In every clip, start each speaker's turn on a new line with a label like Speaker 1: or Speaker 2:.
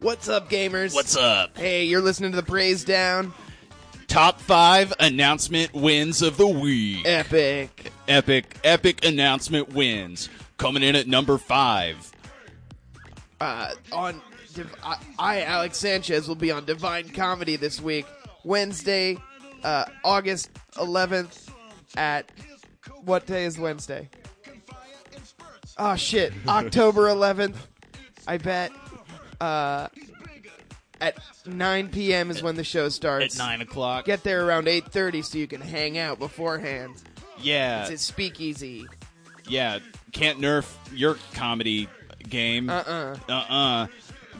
Speaker 1: What's up, gamers?
Speaker 2: What's up?
Speaker 1: Hey, you're listening to the Praise Down.
Speaker 2: Top five announcement wins of the week. E-
Speaker 1: Epic.
Speaker 2: Epic, epic announcement wins. Coming in at number five.
Speaker 1: Uh, on Div- I, I, Alex Sanchez, will be on Divine Comedy this week, Wednesday, uh, August 11th at what day is Wednesday? Oh shit, October 11th. I bet. Uh, at 9 p.m. is when the show starts.
Speaker 2: At nine o'clock.
Speaker 1: Get there around 8:30 so you can hang out beforehand.
Speaker 2: yeah,
Speaker 1: It's at Speakeasy.
Speaker 2: yeah. Can't nerf your comedy game.
Speaker 1: Uh-uh.
Speaker 2: Uh-uh.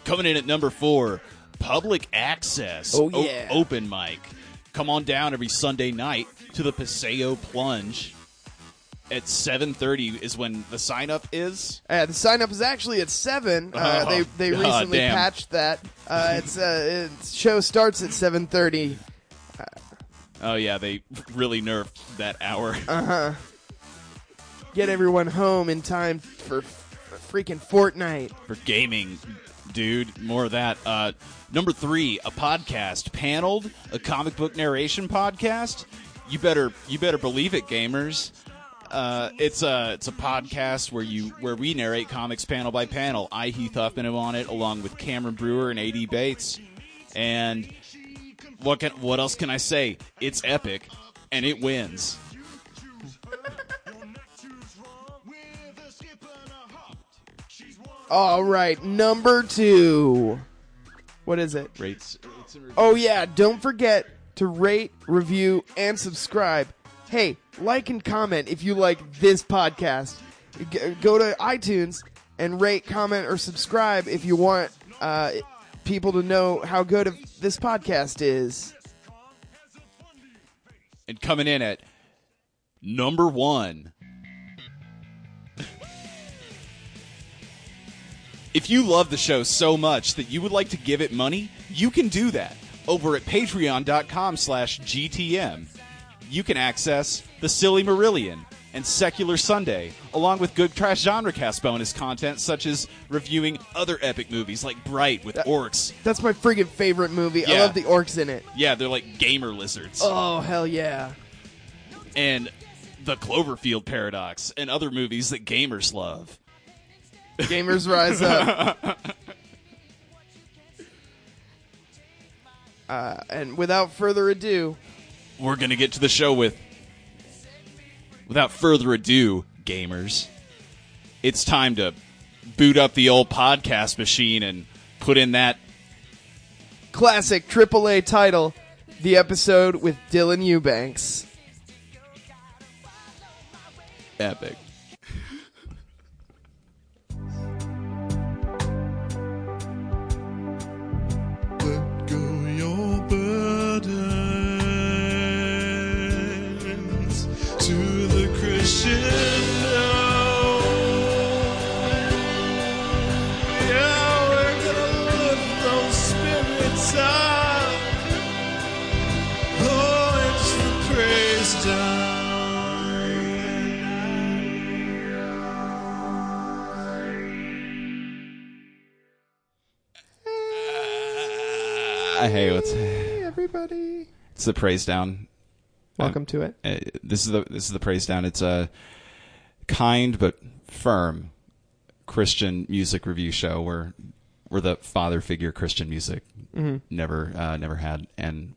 Speaker 2: Coming in at number four, public access.
Speaker 1: Oh, yeah.
Speaker 2: open mic. Come on down every Sunday night to the Paseo Plunge. At 7.30 is when the sign-up is.
Speaker 1: Uh, the sign up is actually at seven. Uh,
Speaker 2: Oh,
Speaker 1: they they
Speaker 2: God
Speaker 1: recently
Speaker 2: damn.
Speaker 1: patched that. Uh, it's uh, it's show starts at seven thirty.
Speaker 2: Oh, yeah, they really nerfed that hour.
Speaker 1: Get everyone home in time for f- freaking Fortnite.
Speaker 2: for gaming, dude. More of that. Uh, number three, a podcast paneled, a comic book narration podcast. You better, you better believe it, gamers. Uh, it's a it's a podcast where you where we narrate comics panel by panel. I Heath Huffman am on it along with Cameron Brewer and AD Bates. And what can, what else can I say? It's epic, and it wins.
Speaker 1: All right, number two. What is it?
Speaker 2: Rates.
Speaker 1: Oh yeah, don't forget to rate, review, and subscribe. Hey, like and comment if you like this podcast. G- go to iTunes and rate, comment, or subscribe if you want uh, people to know how good of this podcast is.
Speaker 2: and coming in at number one. If you love the show so much that you would like to give it money, you can do that over at patreon.com slash GTM. You can access The Silly Marillion and Secular Sunday, along with good trash genre cast bonus content such as reviewing other epic movies like Bright with orcs.
Speaker 1: That's my friggin' favorite movie. I
Speaker 2: Yeah.
Speaker 1: love the orcs in it.
Speaker 2: Yeah, they're like gamer lizards.
Speaker 1: Oh hell yeah!
Speaker 2: and the Cloverfield Paradox and other movies that gamers love.
Speaker 1: Gamers rise up. Uh, and without further ado,
Speaker 2: We're going to get to the show with. Without further ado, gamers, it's time to boot up the old podcast machine and put in that.
Speaker 1: classic AAA title, the episode with Dylan Eubanks.
Speaker 2: Epic.
Speaker 3: Let go your burdens to the Oh, crescendo. Yeah, we're gonna lift those spirits up. Oh, it's the praise time.
Speaker 2: Ah, hey, what's
Speaker 1: Hey, everybody.
Speaker 2: it's the praise down?
Speaker 1: Welcome to it.
Speaker 2: Uh, this is the this is the praise down. It's a kind but firm Christian music review show where we're the father figure Christian music
Speaker 1: Mm-hmm.
Speaker 2: never uh, never had, and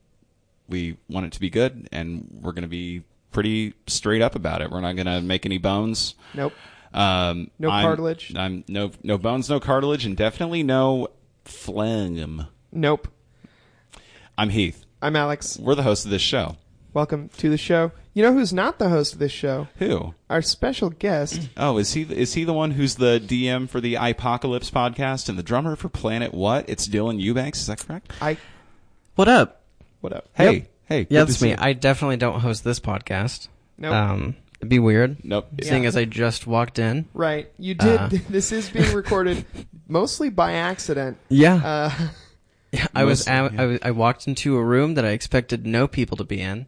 Speaker 2: we want it to be good, and we're going to be pretty straight up about it. We're not going to make any bones.
Speaker 1: Nope.
Speaker 2: Um,
Speaker 1: No
Speaker 2: I'm-
Speaker 1: cartilage.
Speaker 2: I'm no no bones, no cartilage, and definitely no phlegm.
Speaker 1: Nope.
Speaker 2: I'm Heath.
Speaker 1: I'm Alex.
Speaker 2: We're the host of this show.
Speaker 1: Welcome to the show. You know who's not the host of this show?
Speaker 2: Who?
Speaker 1: Our special guest.
Speaker 2: Oh, is he is he the one who's the DM for the Apocalypse podcast and the drummer for Planet What? It's Dylan Eubanks. Is that correct?
Speaker 1: I.
Speaker 4: What up?
Speaker 1: What up?
Speaker 2: Hey,
Speaker 1: Yep.
Speaker 2: hey, good
Speaker 4: Yeah,
Speaker 2: to
Speaker 4: that's
Speaker 2: see
Speaker 4: me.
Speaker 2: you.
Speaker 4: I definitely don't host this podcast.
Speaker 1: Nope.
Speaker 4: Um, it'd be weird,
Speaker 2: nope.
Speaker 4: seeing as I just walked in.
Speaker 1: Right. You did.
Speaker 4: Uh.
Speaker 1: this is being recorded mostly by accident.
Speaker 4: Yeah,
Speaker 1: Uh,
Speaker 4: I was.
Speaker 2: mostly,
Speaker 4: am-
Speaker 2: yeah.
Speaker 4: I was- I walked into a room that I expected no people to be in,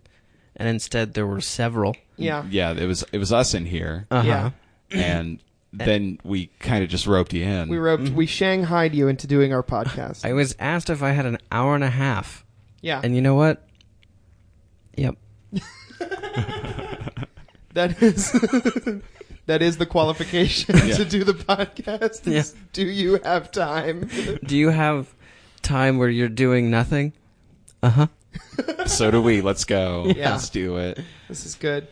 Speaker 4: and instead there were several.
Speaker 1: yeah.
Speaker 2: Yeah, it was it was us in here,
Speaker 4: Uh huh.
Speaker 1: Yeah.
Speaker 2: and
Speaker 5: then we kind of just roped you in.
Speaker 1: We roped, we shanghaied you into doing our podcast.
Speaker 4: I was asked if I had an hour and a half.
Speaker 1: yeah,
Speaker 4: And you know what? Yep.
Speaker 1: that is that is the qualification
Speaker 5: Yeah.
Speaker 1: to do the podcast. is
Speaker 4: Yeah.
Speaker 1: Do you have time?
Speaker 4: Do you have time where you're doing nothing? Uh huh.
Speaker 5: so do we. Let's go.
Speaker 1: Yeah.
Speaker 5: Let's do it.
Speaker 1: this is good.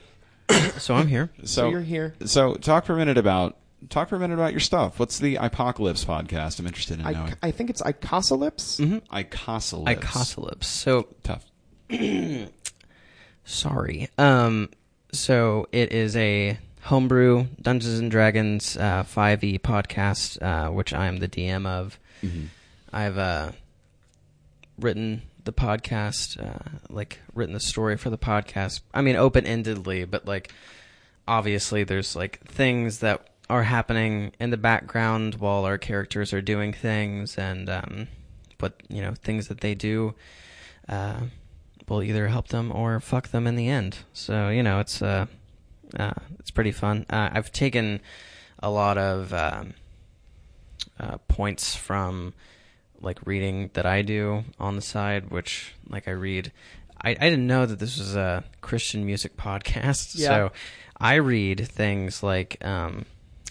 Speaker 4: So I'm here.
Speaker 5: So,
Speaker 1: So you're here.
Speaker 5: So talk for a minute about talk for a minute about your stuff. What's the Apocalypse podcast? I'm interested in
Speaker 1: I,
Speaker 5: knowing.
Speaker 1: I think it's Icosalypse.
Speaker 5: Icosalypse.
Speaker 4: Icosalypse. So
Speaker 5: Tough.
Speaker 4: sorry. Um, so it is a homebrew Dungeons and Dragons uh, 5e podcast, uh, which I am the DM of. I've uh, written the podcast, uh, like written the story for the podcast. I mean, open endedly, but like obviously there's like things that are happening in the background while our characters are doing things and um but you know things that they do uh will either help them or fuck them in the end so you know it's uh, uh it's pretty fun uh, i've taken a lot of um uh, points from like reading that I do on the side, which like I read. I, I didn't know that this was a Christian music podcast,
Speaker 1: Yeah.
Speaker 4: so I read things like um,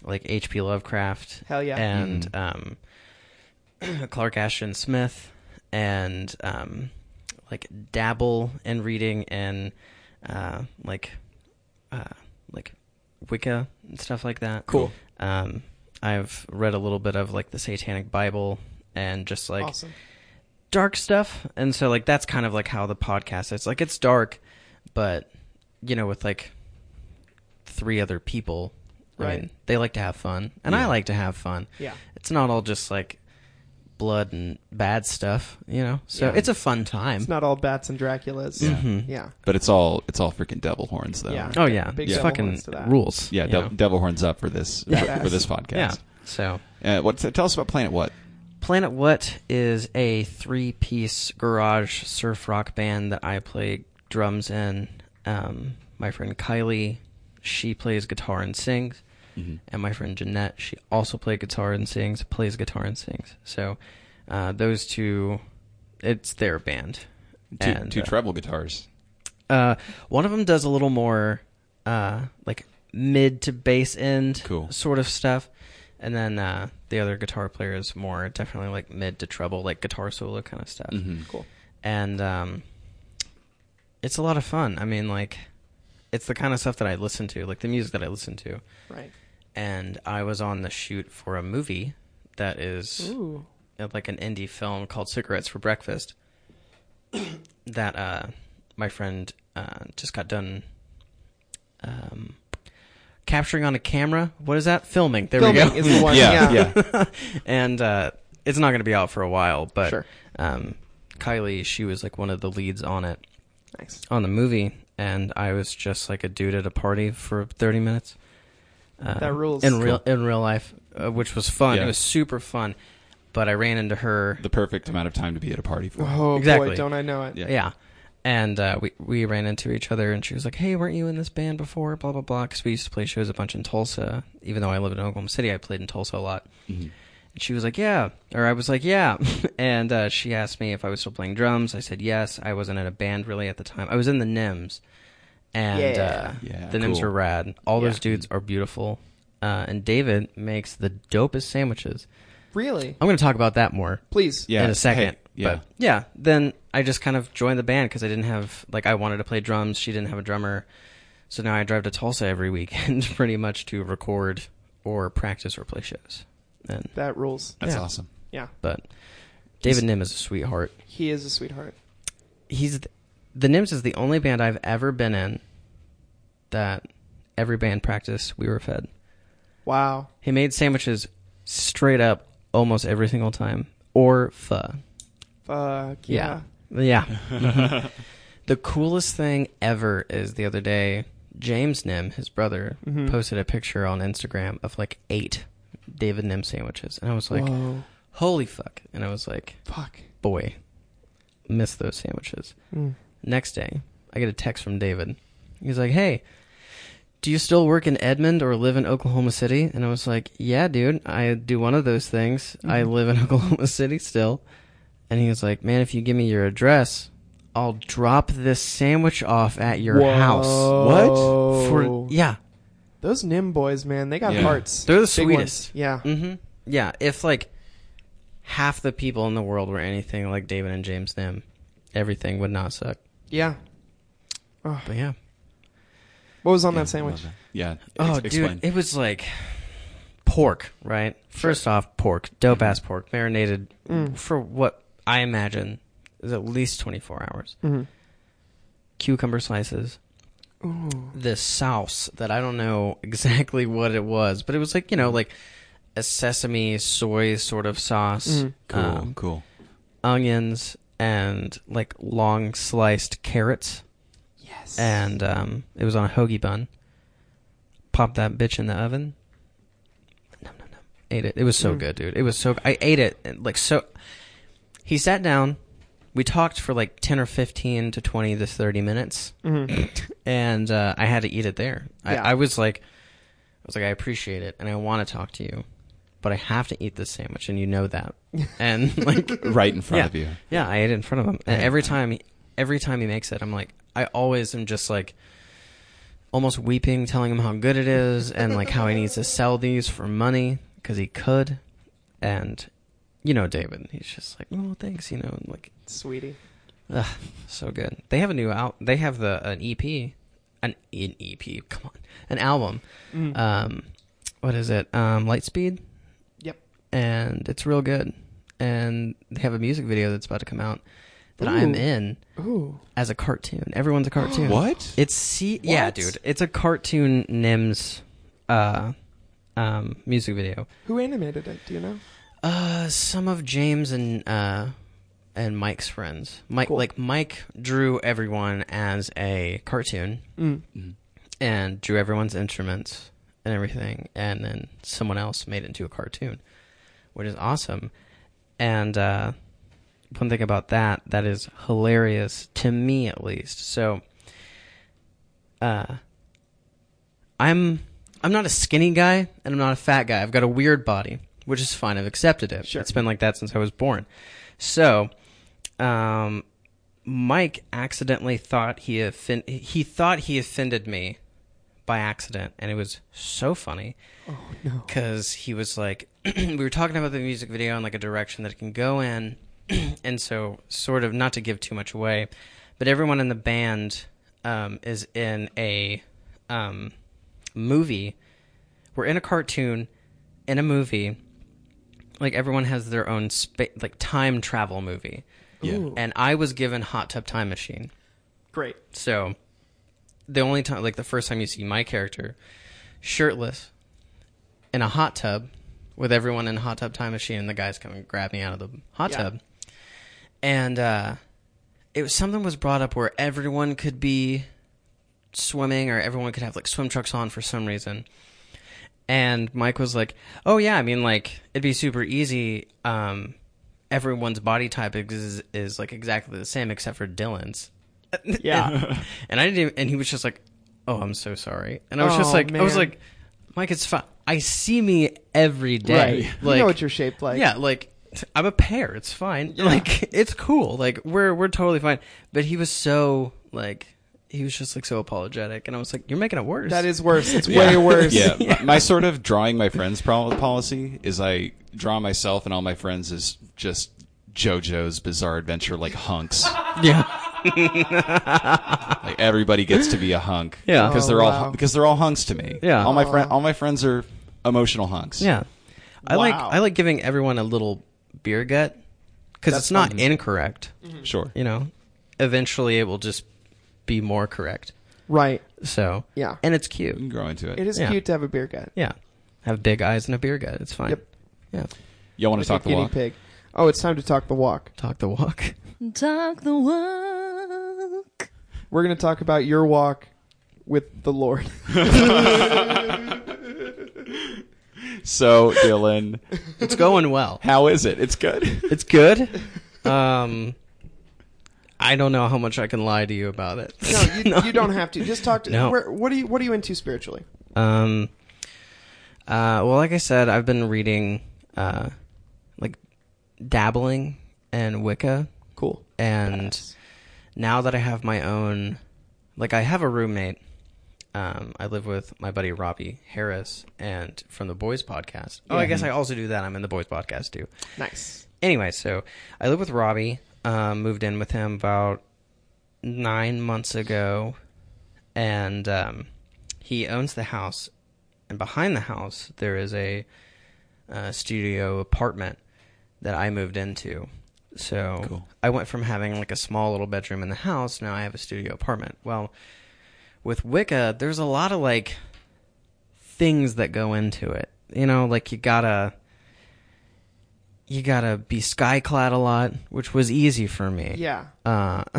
Speaker 4: like H.P. Lovecraft,
Speaker 1: Hell yeah.
Speaker 4: and um, Clark Ashton Smith, and um, like dabble in reading in uh, like uh, like Wicca and stuff like that.
Speaker 1: Cool.
Speaker 4: Um, I've read a little bit of like the Satanic Bible and just like
Speaker 1: awesome.
Speaker 4: dark stuff, and so like that's kind of like how the podcast. It's like it's dark, but you know, with like three other people, I
Speaker 1: Right.
Speaker 4: mean, they like to have fun, and I like to have fun.
Speaker 1: Yeah.
Speaker 4: it's not all just like blood and bad stuff, you know. So
Speaker 1: Yeah.
Speaker 4: it's a fun time. Mm-hmm.
Speaker 1: It's not all bats and Draculas. Mm-hmm.
Speaker 5: Yeah.
Speaker 1: Yeah.
Speaker 5: But it's all it's all freaking devil horns though.
Speaker 1: Yeah.
Speaker 4: oh yeah,
Speaker 1: Big
Speaker 4: it's
Speaker 1: double
Speaker 4: fucking
Speaker 1: horns to that.
Speaker 4: rules.
Speaker 5: Yeah,
Speaker 4: you
Speaker 5: dev-
Speaker 4: know?
Speaker 5: devil horns up for this for,
Speaker 1: Yeah.
Speaker 5: for this
Speaker 4: yeah.
Speaker 5: podcast.
Speaker 4: So
Speaker 5: Uh, what tell us about Planet What?
Speaker 4: Planet What is a three piece garage surf rock band that I play drums in. Um, my friend Kylie, she plays guitar and sings. And my friend Jeanette, she also plays guitar and sings, plays guitar and sings. So uh, those two, it's their band.
Speaker 5: Two,
Speaker 4: And,
Speaker 5: two
Speaker 4: uh,
Speaker 5: treble guitars.
Speaker 4: uh, one of them does a little more uh, like mid to bass end
Speaker 5: Cool.
Speaker 4: sort of stuff, and then uh, the other guitar player is more definitely like mid to treble, like guitar solo kind of stuff.
Speaker 2: Mm-hmm.
Speaker 1: Cool.
Speaker 4: And um, it's a lot of fun. I mean, like it's the kind of stuff that I listen to, like the music that I listen to.
Speaker 1: Right.
Speaker 4: And I was on the shoot for a movie that is
Speaker 1: Ooh.
Speaker 4: of, uh, like an indie film called Cigarettes for Breakfast that uh, my friend uh, just got done um, capturing on a camera. What is that? Filming. There
Speaker 1: Filming
Speaker 4: we
Speaker 1: is
Speaker 4: go.
Speaker 1: the one.
Speaker 5: Yeah,
Speaker 1: Yeah.
Speaker 5: yeah.
Speaker 4: and uh, it's not going to be out for a while, but
Speaker 1: Sure.
Speaker 4: um, Kylie, she was like one of the leads on it
Speaker 1: Nice.
Speaker 4: on the movie, and I was just like a dude at a party for 30 minutes. Uh,
Speaker 1: That rules.
Speaker 4: in real in real life, uh, which was fun.
Speaker 5: Yeah.
Speaker 4: It was super fun, but I ran into her
Speaker 5: The perfect amount of time to be at a party for.
Speaker 1: Oh boy,
Speaker 4: Exactly.
Speaker 1: don't I know it?
Speaker 5: Yeah.
Speaker 4: yeah. And uh, we we ran into each other, and she was like, "Hey, weren't you in this band before?" Blah blah blah. Because we used to play shows a bunch in Tulsa, even though I lived in Oklahoma City, I played in Tulsa a lot.
Speaker 5: Mm-hmm.
Speaker 4: And she was like, "Yeah," or I was like, "Yeah," and uh, she asked me if I was still playing drums. I said yes. I wasn't in a band really at the time. I was in the Nims, and
Speaker 1: Yeah.
Speaker 4: uh,
Speaker 5: Yeah,
Speaker 4: the Nims
Speaker 5: cool.
Speaker 4: are rad. All
Speaker 1: Yeah.
Speaker 4: those dudes are beautiful, uh, and David makes the dopest sandwiches.
Speaker 1: Really?
Speaker 4: I'm going to talk about that more
Speaker 1: Please.
Speaker 5: Yeah.
Speaker 4: in a second.
Speaker 5: Hey, yeah.
Speaker 4: But yeah, then I just kind of joined the band because I didn't have like I wanted to play drums. She didn't have a drummer, so now I drive to Tulsa every weekend pretty much to record or practice or play shows. And
Speaker 1: That rules.
Speaker 5: That's
Speaker 1: yeah.
Speaker 5: awesome.
Speaker 1: Yeah.
Speaker 4: but David Nim is a sweetheart.
Speaker 1: He is a sweetheart.
Speaker 4: He's th- the Nims is the only band I've ever been in that every band practice we were fed.
Speaker 1: Wow.
Speaker 4: He made sandwiches straight up almost every single time or pho.
Speaker 1: Fuck yeah.
Speaker 4: Yeah. Yeah. Mhm. the coolest thing ever is the other day, James Nim, his brother, posted a picture on Instagram of like eight David Nim sandwiches. And I was like,
Speaker 1: Whoa.
Speaker 4: holy fuck. And I was like,
Speaker 1: Fuck.
Speaker 4: boy, miss those sandwiches. Next day, I get a text from David. He's like, hey, do you still work in Edmond or live in Oklahoma City? And I was like, yeah, dude, I do one of those things. I live in Oklahoma City still. And he was like, man, if you give me your address, I'll drop this sandwich off at your house.
Speaker 1: What?
Speaker 4: For yeah,
Speaker 1: Those Nim boys, man, they got
Speaker 5: Yeah.
Speaker 1: hearts.
Speaker 4: They're the
Speaker 1: Big ones.
Speaker 4: sweetest.
Speaker 1: Yeah.
Speaker 4: hmm Yeah, if like half the people in the world were anything like David and James Nim, everything would not suck.
Speaker 1: Yeah.
Speaker 4: But yeah.
Speaker 1: What was on that sandwich?
Speaker 5: Yeah. ex-
Speaker 4: Oh,
Speaker 5: explain.
Speaker 4: dude, it was like pork, right? First off, pork,
Speaker 5: Mm-hmm.
Speaker 4: dope ass pork, marinated for what I imagine is at least 24 hours. Cucumber slices.
Speaker 1: Mm-hmm.
Speaker 4: This sauce that I don't know exactly what it was, but it was like, you know, like a sesame soy sort of sauce.
Speaker 5: cool.
Speaker 4: um,
Speaker 5: cool.
Speaker 4: onions and like long sliced carrots.
Speaker 1: Yes.
Speaker 4: And um, it was on a hoagie bun. Popped that bitch in the oven. No, no, no. Ate it. It was so good, dude. It was so. I ate it and, like so. He sat down. We talked for like ten or fifteen to twenty to thirty minutes,
Speaker 1: Mm-hmm.
Speaker 4: and uh, I had to eat it there.
Speaker 1: Yeah.
Speaker 4: I, I was like, I was like, I appreciate it, and I want to talk to you, but I have to eat this sandwich, and you know that. And like,
Speaker 5: Right in front
Speaker 4: yeah.
Speaker 5: of you.
Speaker 4: Yeah, I ate it in front of him. And every time, every time he makes it, I'm like, I always am just like, almost weeping, telling him how good it is, and like how he needs to sell these for money because he could. And you know, David, he's just like, oh, thanks, you know, and like,
Speaker 1: Sweetie.
Speaker 4: ugh, so good. They have a new out. They have the an EP, an, an EP. Come on, an album.
Speaker 1: Mm.
Speaker 4: Um, what is it? Um, Lightspeed
Speaker 1: Yep.
Speaker 4: and it's real good. And they have a music video that's about to come out that I'm
Speaker 1: Ooh.
Speaker 4: in
Speaker 1: Ooh.
Speaker 4: as a cartoon. Everyone's a cartoon.
Speaker 5: What?
Speaker 4: It's see, yeah,
Speaker 1: What?
Speaker 4: dude. It's a cartoon Nims, uh, um, music video.
Speaker 1: Who animated it? Do you know?
Speaker 4: Uh, some of James and uh, and Mike's friends. Mike,
Speaker 1: Cool.
Speaker 4: like Mike, drew everyone as a cartoon,
Speaker 1: Mm.
Speaker 4: Mm-hmm. and drew everyone's instruments and everything, and then someone else made it into a cartoon, which is awesome. And uh, one thing about that that is hilarious to me, at least. So, uh, I'm I'm not a skinny guy and I'm not a fat guy. I've got a weird body, which is fine. I've accepted it.
Speaker 1: Sure.
Speaker 4: It's been like that since I was born. So, um, Mike accidentally thought he offend- he thought he offended me by accident, and it was so funny
Speaker 1: Oh,
Speaker 4: because he was like we were talking about the music video and like a direction that it can go in and so sort of not to give too much away but everyone in the band um, is in a um, movie we're in a cartoon in a movie like everyone has their own spa- like time travel movie
Speaker 5: Yeah.
Speaker 4: and i was given hot tub time machine
Speaker 1: Great.
Speaker 4: so the only time, like the first time you see my character shirtless in a hot tub with everyone in a hot tub time machine, and the guys come and grab me out of the hot
Speaker 1: Yeah.
Speaker 4: tub, and uh, it was something was brought up where everyone could be swimming or everyone could have like swim trucks on for some reason. And Mike was like, "Oh yeah, I mean like it'd be super easy. Um, everyone's body type is is like exactly the same except for Dylan's."
Speaker 1: Yeah.
Speaker 4: and I didn't. Even, and he was just like, "Oh, I'm so sorry." And I was just
Speaker 1: Oh,
Speaker 4: like, "I was
Speaker 1: man.
Speaker 4: like, Mike, it's fine. I see me every day. Like,
Speaker 1: you know what you're shaped like.
Speaker 4: yeah, like I'm a pear. It's fine. Like it's cool. Like we're we're totally fine." But he was so like he was just like so apologetic, and I was like, "You're making it worse."
Speaker 1: That is worse. It's
Speaker 5: Yeah.
Speaker 1: way worse.
Speaker 5: Yeah. My- My sort of drawing my friends pro- policy is I draw myself and all my friends as just JoJo's Bizarre Adventure like hunks.
Speaker 4: yeah,
Speaker 5: like everybody gets to be a hunk.
Speaker 4: Yeah.
Speaker 5: Because
Speaker 4: Oh,
Speaker 5: they're all
Speaker 1: wow.
Speaker 5: because they're all hunks to me.
Speaker 4: Yeah.
Speaker 5: All my friend all my friends are emotional hunks.
Speaker 4: yeah. I like
Speaker 5: Wow.
Speaker 4: I like giving everyone a little beer gut because it's not incorrect.
Speaker 1: Mm-hmm.
Speaker 5: Sure.
Speaker 4: You know, eventually it will just be more correct.
Speaker 1: Right.
Speaker 4: So
Speaker 1: Yeah. Mm.
Speaker 4: and it's cute.
Speaker 5: You can grow into it.
Speaker 1: It is
Speaker 4: Yeah.
Speaker 1: cute to have a beer gut.
Speaker 4: Yeah. Have big eyes and a beer gut. It's fine.
Speaker 1: Yep.
Speaker 4: Yeah.
Speaker 5: Y'all want to talk the
Speaker 1: Guinea
Speaker 5: walk?
Speaker 1: pig. Oh, it's time to talk the walk.
Speaker 4: Talk the walk.
Speaker 6: Talk the walk.
Speaker 1: We're going to talk about your walk with the Lord.
Speaker 5: So Dylan,
Speaker 4: It's going well.
Speaker 5: how is it? It's good.
Speaker 4: It's good. Um I don't know how much I can lie to you about it.
Speaker 1: No, you, you don't have to. Just talk to.
Speaker 4: No.
Speaker 1: Where, what are you What are you into spiritually?
Speaker 4: Um, uh, well, like I said, I've been reading, uh, like dabbling and Wicca,
Speaker 1: Cool.
Speaker 4: and
Speaker 1: Badass.
Speaker 4: now that I have my own, like I have a roommate. Um, I live with my buddy Robbie Harris, and from the Boys Podcast. Oh, I guess I also do that. I'm in the Boys Podcast too.
Speaker 1: Nice.
Speaker 4: Anyway, so I live with Robbie. Um, moved in with him about nine months ago, and um, he owns the house. And behind the house, there is a uh, studio apartment that I moved into. So I went from having like a small little bedroom in the house. Now I have a studio apartment. Well, with Wicca, there's a lot of like things that go into it. You know, like you gotta you gotta be skyclad a lot, which was easy for me.
Speaker 1: Yeah.
Speaker 4: Uh,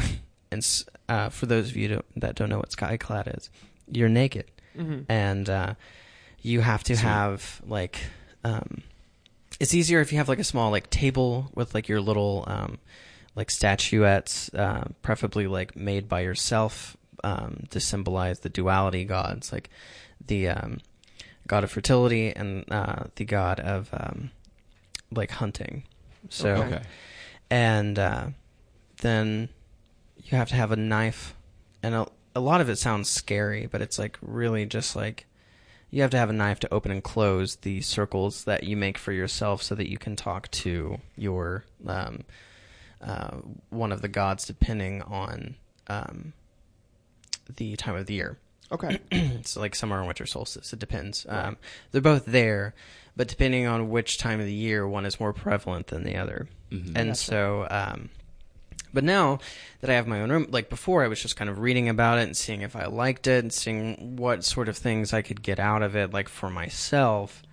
Speaker 4: and s- uh, for those of you don't, that don't know what skyclad is, you're naked,
Speaker 1: Mm-hmm.
Speaker 4: and uh, you have to have like. Um, it's easier if you have like a small like table with like your little um, like statuettes, uh, preferably like made by yourself um, to symbolize the duality gods, like the um, god of fertility and uh, the god of um, like hunting. So
Speaker 5: Okay.
Speaker 4: and uh, then you have to have a knife and a, a lot of it sounds scary but it's like really just like you have to have a knife to open and close the circles that you make for yourself so that you can talk to your um, uh, one of the gods depending on um, the time of the year
Speaker 1: Okay.
Speaker 4: it's like summer and winter solstice. It depends. Um, they're both there, but depending on which time of the year, one is more prevalent than the other.
Speaker 5: Mm-hmm.
Speaker 2: Mm-hmm.
Speaker 4: And so, um, but now that I have my own room, like before, I was just kind of reading about it and seeing if I liked it and seeing what sort of things I could get out of it, like for myself.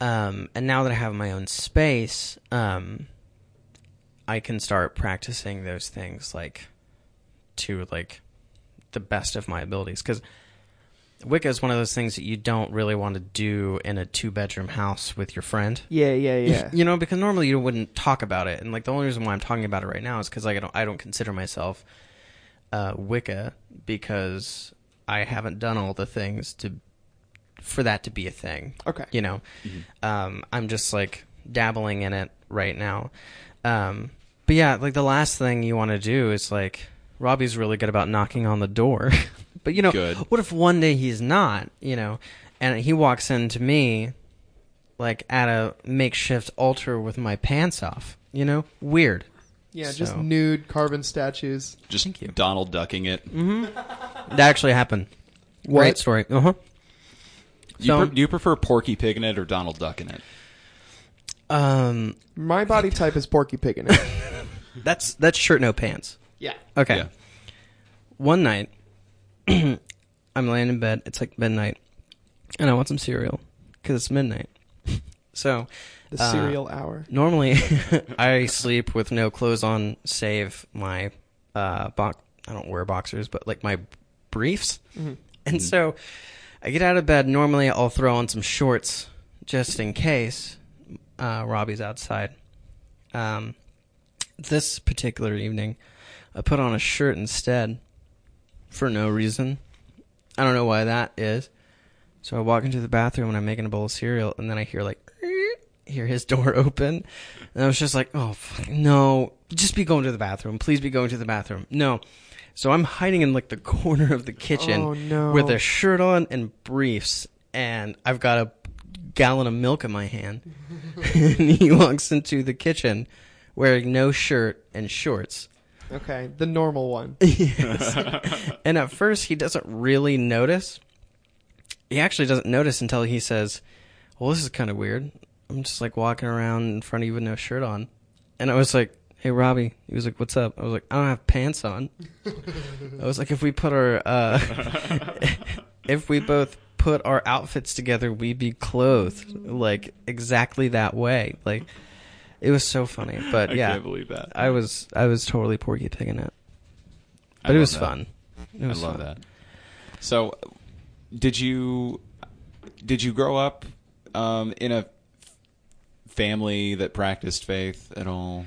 Speaker 4: Um, and now that I have my own space, um, I can start practicing those things like to like the best of my abilities because Wicca is one of those things that you don't really want to do in a two bedroom house with your friend.
Speaker 1: Yeah. Yeah. Yeah.
Speaker 4: You know, because normally you wouldn't talk about it, and like the only reason why I'm talking about it right now is because like, I don't I don't consider myself uh, Wicca because I haven't done all the things to for that to be a thing.
Speaker 1: Okay.
Speaker 4: you know, um, I'm just like dabbling in it right now. Um, but yeah, like the last thing you want to do is like Robbie's really good about knocking on the door, but you know,
Speaker 5: Good.
Speaker 4: what if one day he's not? You know, and he walks into me like at a makeshift altar with my pants off. You know, weird.
Speaker 1: Yeah. Just
Speaker 4: So-
Speaker 1: nude carbon statues.
Speaker 5: Just
Speaker 4: Thank you. Mm-hmm.
Speaker 5: Donald ducking it.
Speaker 4: That actually happened. Great story. Uh huh.
Speaker 5: You
Speaker 4: So-
Speaker 5: pre- do you prefer Porky Pig in it or Donald ducking it?
Speaker 4: Um,
Speaker 1: My body type is Porky Pig in it.
Speaker 4: that's that's shirt no pants.
Speaker 1: yeah.
Speaker 4: Okay.
Speaker 5: Yeah.
Speaker 4: One night, I'm laying in bed. It's like midnight, and I want some cereal because it's midnight. So
Speaker 1: The
Speaker 4: uh,
Speaker 1: cereal hour.
Speaker 4: Normally, I sleep with no clothes on, save my uh, box. I don't wear boxers, but like my briefs. And so, I get out of bed. Normally, I'll throw on some shorts just in case uh, Robbie's outside. Um, this particular evening, I put on a shirt instead for no reason. I don't know why that is. So I walk into the bathroom and I'm making a bowl of cereal, and then I hear like hear his door open, and I was just like, oh fuck, no, just be going to the bathroom, please be going to the bathroom, no. So I'm hiding in like the corner of the kitchen
Speaker 1: Oh, no.
Speaker 4: with a shirt on and briefs, and I've got a gallon of milk in my hand, and he walks into the kitchen wearing no shirt and shorts.
Speaker 1: Okay. The normal one.
Speaker 4: And at first, he doesn't really notice. He actually doesn't notice until he says, Well, this is kind of weird. I'm just like walking around in front of you with no shirt on. And I was like, Hey, Robbie. He was like, What's up? I was like, I don't have pants on. I was like, If we put our, uh, if we both put our outfits together, we'd be clothed like exactly that way. Like, it was so funny. But
Speaker 5: I
Speaker 4: yeah.
Speaker 5: can't believe that.
Speaker 4: I was I was totally porky pigging it,
Speaker 5: I
Speaker 4: but it
Speaker 5: love
Speaker 4: was
Speaker 5: that.
Speaker 4: fun. It was
Speaker 5: I love
Speaker 4: fun.
Speaker 5: that. So, did you did you grow up um, in a family that practiced faith at all?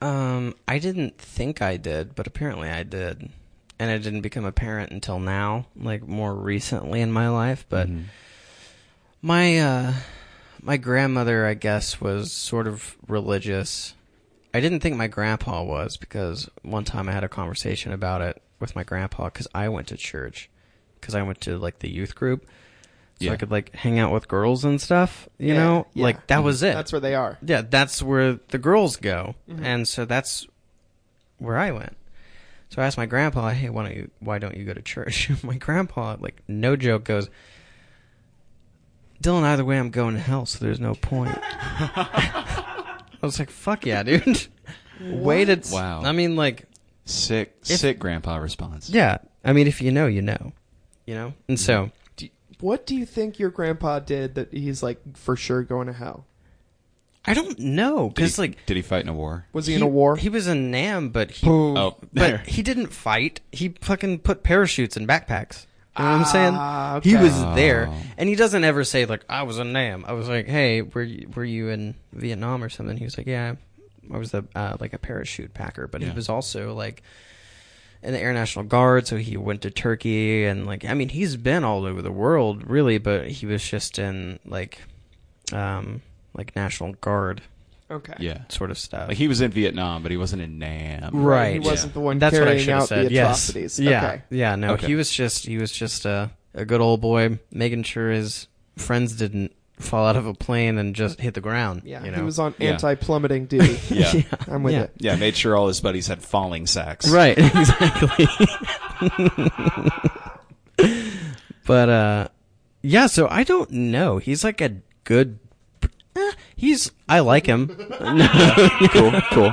Speaker 4: Um, I didn't think I did, but apparently I did, and I didn't become a parent until now, like more recently in my life. But my uh, my grandmother, I guess, was sort of religious. I didn't think my grandpa was because one time I had a conversation about it with my grandpa because I went to church because I went to like the youth group. So
Speaker 5: Yeah.
Speaker 4: I could like hang out with girls and stuff, you
Speaker 1: Yeah,
Speaker 4: know.
Speaker 1: yeah.
Speaker 4: Like that was it.
Speaker 1: That's where they are.
Speaker 4: Yeah, that's where the girls go, and so that's where I went. So I asked my grandpa, "Hey, why don't you why don't you go to church?" my grandpa, like no joke, goes, "Dylan, either way, I'm going to hell, so there's no point." I was like, "Fuck yeah, dude!" Waited.
Speaker 5: Wow.
Speaker 4: I mean, like,
Speaker 5: Sick, sick grandpa response.
Speaker 4: yeah. I mean, if you know, you know, you know. And so,
Speaker 1: Do, what do you think your grandpa did that he's like for sure going to hell?
Speaker 4: I don't know
Speaker 5: Did
Speaker 4: because
Speaker 5: he-
Speaker 4: like
Speaker 5: did he fight in a war?
Speaker 1: Was he, in a war?
Speaker 4: He was in Nam, but he
Speaker 5: Oh, there.
Speaker 4: but he didn't fight. He fucking put parachutes in backpacks. You know what I'm saying?
Speaker 1: Ah,
Speaker 4: He
Speaker 1: okay.
Speaker 4: was there,
Speaker 5: Oh.
Speaker 4: and he doesn't ever say like I was in Nam. I was like, hey, were you, were you in Vietnam or something? He was like, yeah, I was the uh, like a parachute packer, but he
Speaker 5: Yeah.
Speaker 4: was also like in the Air National Guard, so he went to Turkey and like I mean he's been all over the world really, but he was just in like um like National Guard
Speaker 1: okay.
Speaker 5: Yeah.
Speaker 4: sort of stuff.
Speaker 5: Like he was in Vietnam, but he wasn't in Nam.
Speaker 4: Right.
Speaker 1: He wasn't the one
Speaker 4: That's what I
Speaker 1: carrying
Speaker 4: should have
Speaker 1: out
Speaker 4: said.
Speaker 1: the
Speaker 4: yes.
Speaker 1: atrocities.
Speaker 4: Yeah.
Speaker 1: Okay.
Speaker 4: Yeah. No,
Speaker 5: Okay.
Speaker 4: he was just he was just a a good old boy, making sure his friends didn't fall out of a plane and just hit the ground.
Speaker 1: Yeah.
Speaker 4: You know.
Speaker 1: He was on
Speaker 5: Yeah.
Speaker 1: anti plummeting duty.
Speaker 5: Yeah. yeah.
Speaker 1: I'm with
Speaker 4: Yeah.
Speaker 1: it.
Speaker 5: Made sure all his buddies had falling sacks.
Speaker 4: Right. Exactly. but uh, yeah. So I don't know. He's like a good. eh, He's. I like him.
Speaker 5: cool. Cool.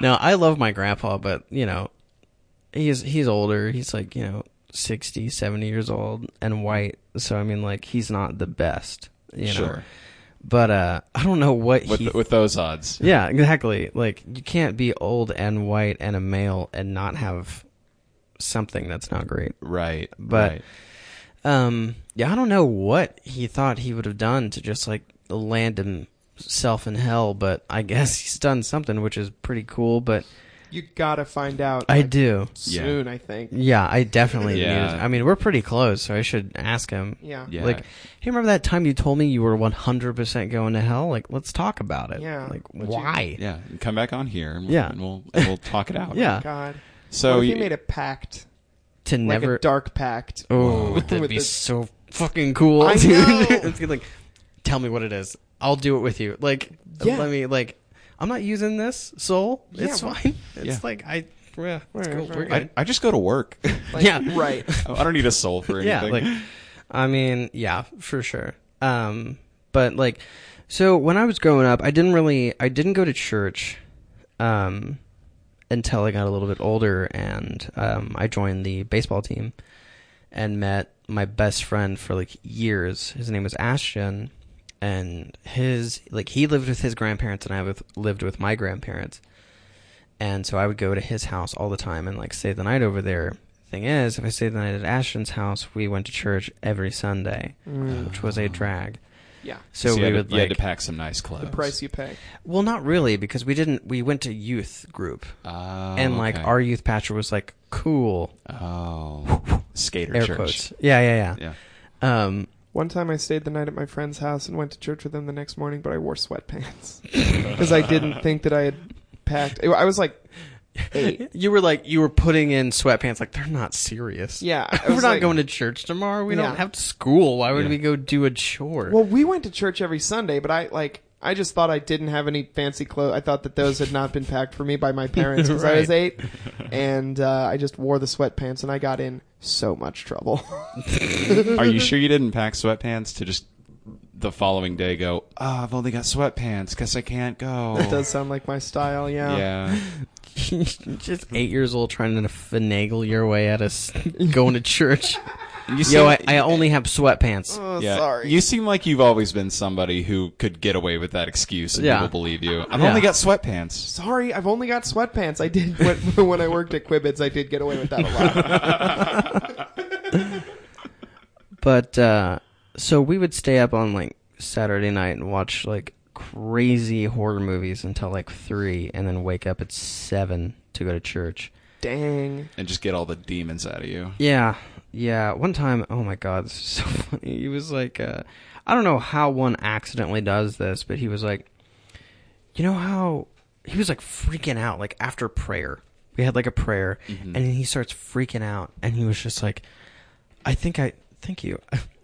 Speaker 4: No, I love my grandpa, but you know, he's he's older. He's like, you know, 60, 70 years old and white. So I mean like he's not the best, you know.
Speaker 5: Sure.
Speaker 4: But uh I don't know what
Speaker 5: With
Speaker 4: he
Speaker 5: with those odds.
Speaker 4: Yeah, exactly. Like you can't be old and white and a male and not have something that's not great.
Speaker 5: Right.
Speaker 4: But-
Speaker 5: right.
Speaker 4: Um yeah, I don't know what he thought he would have done to just like land himself in hell, but I guess he's done something which is pretty cool, but
Speaker 1: You gotta find out.
Speaker 4: I
Speaker 1: like,
Speaker 4: do.
Speaker 1: soon. I think.
Speaker 4: Yeah, I definitely
Speaker 5: Yeah.
Speaker 4: need. I mean, we're pretty close, so I should ask him.
Speaker 1: Yeah.
Speaker 5: Yeah.
Speaker 4: Like, hey, remember that time you told me you were 100% going to hell? Like, let's talk about it.
Speaker 1: Yeah.
Speaker 4: Like,
Speaker 1: Would you-
Speaker 4: why?
Speaker 5: yeah. and Come back on here. And
Speaker 4: Yeah.
Speaker 5: And we'll and we'll talk it out.
Speaker 4: Yeah.
Speaker 1: God.
Speaker 5: So
Speaker 1: what if he
Speaker 5: you-
Speaker 1: made a pact,
Speaker 4: To
Speaker 1: like
Speaker 4: never.
Speaker 1: a dark pact.
Speaker 4: oh,
Speaker 1: with
Speaker 4: that'd
Speaker 1: the-
Speaker 4: be so fucking cool,
Speaker 1: I
Speaker 4: dude.
Speaker 1: know.
Speaker 4: It's good, like, tell me what it is. I'll do it with you. Like,
Speaker 1: Yeah.
Speaker 4: let me, like, I'm not using this soul.
Speaker 1: Yeah,
Speaker 4: it's
Speaker 1: well-
Speaker 4: fine. It's
Speaker 5: Yeah.
Speaker 4: like, I. Yeah, it's
Speaker 1: Right,
Speaker 4: cool.
Speaker 1: right.
Speaker 4: We're
Speaker 5: I,
Speaker 4: good.
Speaker 5: I just go to work.
Speaker 1: Like,
Speaker 4: Yeah.
Speaker 1: Right.
Speaker 5: I don't need a soul for
Speaker 4: yeah
Speaker 5: anything.
Speaker 4: like i mean yeah for sure um but like so when i was growing up i didn't really i didn't go to church um until i got a little bit older and um i joined the baseball team and met my best friend for like years his name was ashton and his like he lived with his grandparents and i with, lived with my grandparents and so I would go to his house all the time and like stay the night over there. Thing is, if I stayed the night at Ashton's house, we went to church every Sunday, which was a drag.
Speaker 1: Yeah.
Speaker 4: So,
Speaker 5: Oh. you
Speaker 4: we
Speaker 5: had to,
Speaker 4: would
Speaker 5: you had to
Speaker 4: like,
Speaker 5: pack some nice clothes.
Speaker 1: The price you pay.
Speaker 4: well, not really because we didn't. We went to youth group,
Speaker 5: Oh,
Speaker 4: and like
Speaker 5: okay.
Speaker 4: our youth patcher was like cool
Speaker 5: oh skater
Speaker 4: air
Speaker 5: church.
Speaker 4: quotes. Yeah, yeah, yeah.
Speaker 5: Yeah.
Speaker 4: Um,
Speaker 1: One time I stayed the night at my friend's house and went to church with him the next morning, but I wore sweatpants because I didn't think that I had packed. I was like eight.
Speaker 4: you were like you were putting in sweatpants. Like they're not serious.
Speaker 1: Yeah, I
Speaker 4: we're
Speaker 1: was
Speaker 4: not
Speaker 1: like-
Speaker 4: going to church tomorrow. We
Speaker 1: Yeah.
Speaker 4: don't have school. Why would
Speaker 5: Yeah.
Speaker 4: we go do a chore?
Speaker 1: Well, we went to church every Sunday, but I like I just thought I didn't have any fancy clothes. I thought that those had not been packed for me by my parents because I was
Speaker 4: Right.
Speaker 1: eight, and uh, I just wore the sweatpants and I got in so much trouble.
Speaker 5: Are you sure you didn't pack sweatpants to just the following day go, oh, I've only got sweatpants. Guess I can't go.
Speaker 1: It does sound like my style, yeah.
Speaker 5: yeah.
Speaker 4: just eight years old trying to finagle your way out of s- going to church.
Speaker 5: You seem-
Speaker 4: Yo, I, I only have sweatpants.
Speaker 1: Oh,
Speaker 5: yeah.
Speaker 1: sorry.
Speaker 5: You seem like you've always been somebody who could get away with that excuse and
Speaker 4: Yeah.
Speaker 5: people believe you. I've
Speaker 4: Yeah.
Speaker 5: only got sweatpants.
Speaker 1: sorry, I've only got sweatpants. I did when, when I worked at Quibbits, I did get away with that a lot.
Speaker 4: But uh, so we would stay up on like Saturday night and watch like crazy horror movies until like three, and then wake up at seven to go to church.
Speaker 1: Dang.
Speaker 2: and just get all the demons out of you.
Speaker 4: Yeah, yeah. One time, oh my god, this is so funny. He was like, uh, I don't know how one accidentally does this, but he was like, you know how he was like freaking out, like after prayer. We had like a prayer, and then he starts freaking out, and he was just like, I think I, thank you.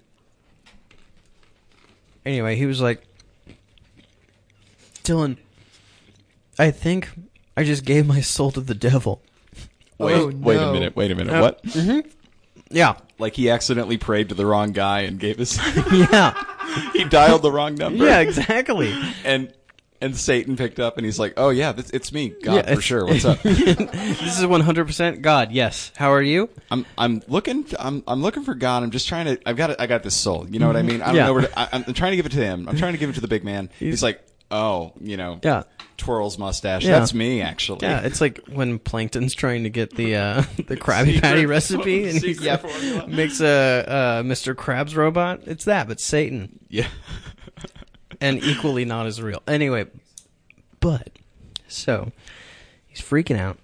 Speaker 4: anyway, he was like, Dylan, I think I just gave my soul to the devil.
Speaker 2: Wait,
Speaker 1: Oh,
Speaker 2: wait a
Speaker 1: no.
Speaker 2: minute, wait a minute.
Speaker 4: Oh.
Speaker 2: What?
Speaker 4: Yeah,
Speaker 2: Like he accidentally prayed to the wrong guy and gave his
Speaker 4: yeah,
Speaker 2: he dialed the wrong number.
Speaker 4: yeah, exactly.
Speaker 2: And and Satan picked up and he's like, "Oh yeah, this, it's me,
Speaker 4: Yeah,
Speaker 2: God for
Speaker 4: it's-
Speaker 2: sure. What's up?
Speaker 4: This is 100% God. Yes. How are you?
Speaker 2: I'm I'm looking I'm I'm looking for God. I'm just trying to I've got it, I got this soul. You know what I mean? I don't
Speaker 4: Mm-hmm. Yeah.
Speaker 2: know where to, I, I'm trying to give it to him. I'm trying to give it to the big man. He's, like, "Oh, you know,
Speaker 4: Yeah.
Speaker 2: twirls mustache.
Speaker 4: Yeah.
Speaker 2: That's me actually."
Speaker 4: Yeah, it's like when Plankton's trying to get the uh, the Krabby
Speaker 2: Secret-
Speaker 4: Patty recipe, and he
Speaker 2: secret formula.
Speaker 4: makes a, a Mr. Krabs robot. It's that, but Satan,
Speaker 2: Yeah.
Speaker 4: and equally not as real. Anyway, but so he's freaking out.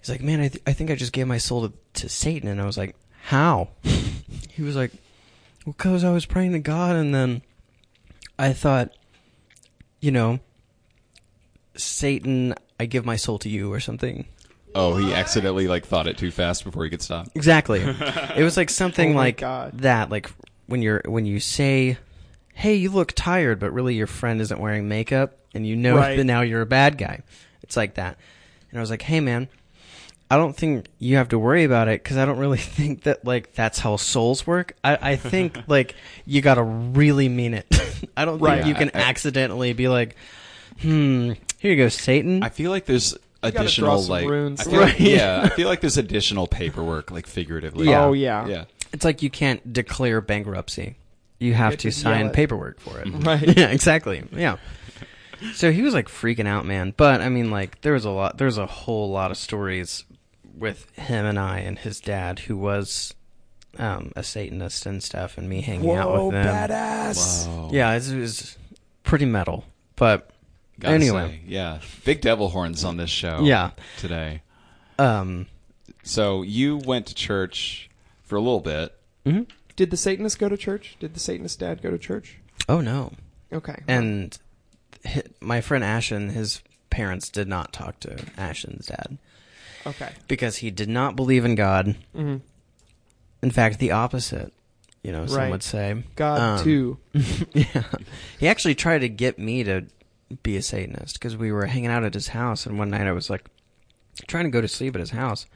Speaker 4: He's like, "Man, I, th- I think I just gave my soul to, to Satan," and I was like, "How?" he was like, "Well, cause I was praying to God, and then I thought, you know, Satan, I give my soul to you, or something."
Speaker 2: Oh, he accidentally like thought it too fast before he could stop.
Speaker 4: Exactly. it was like something
Speaker 1: Oh my
Speaker 4: like
Speaker 1: God.
Speaker 4: that. Like when you're when you say, "Hey, you look tired," but really your friend isn't wearing makeup, and you know
Speaker 1: Right.
Speaker 4: that now you're a bad guy. It's like that. And I was like, "Hey, man." I don't think you have to worry about it because I don't really think that like that's how souls work. I, I think like you gotta really mean it. I don't think
Speaker 1: Right.
Speaker 4: you can
Speaker 2: I- I-
Speaker 4: accidentally be like, "Hmm, here you go, Satan."
Speaker 2: I feel like there's
Speaker 1: draw
Speaker 2: additional
Speaker 1: some
Speaker 2: like
Speaker 1: runes.
Speaker 2: I feel like-
Speaker 4: Right.
Speaker 2: yeah, I feel like there's additional paperwork like figuratively.
Speaker 4: Yeah.
Speaker 1: Oh, yeah.
Speaker 2: Yeah.
Speaker 4: It's like you can't declare bankruptcy. You have to
Speaker 1: to yell
Speaker 4: sign
Speaker 1: it.
Speaker 4: paperwork for it.
Speaker 1: Right.
Speaker 4: yeah, exactly. Yeah. So he was like freaking out, man. But I mean, like, there was a lot, there's a whole lot of stories with him and I and his dad, who was um, a Satanist and stuff, and me hanging out with them.
Speaker 1: badass.
Speaker 2: Oh,
Speaker 4: Yeah, it was pretty metal. But
Speaker 2: Gotta
Speaker 4: anyway,
Speaker 2: say, yeah. Big devil horns on this show.
Speaker 4: Yeah.
Speaker 2: Today.
Speaker 4: um,
Speaker 2: So you went to church for a little bit.
Speaker 1: Did the Satanist go to church? Did the Satanist dad go to church?
Speaker 4: oh no.
Speaker 1: Okay.
Speaker 4: And hi my friend Ashen, his parents did not talk to Ashen's dad.
Speaker 1: okay.
Speaker 4: because he did not believe in God.
Speaker 1: Mhm.
Speaker 4: In fact, the opposite. You know, some
Speaker 1: Right.
Speaker 4: would say
Speaker 1: God
Speaker 4: Um,
Speaker 1: too.
Speaker 4: Yeah, he actually tried to get me to be a Satanist because we were hanging out at his house, and one night I was like trying to go to sleep at his house,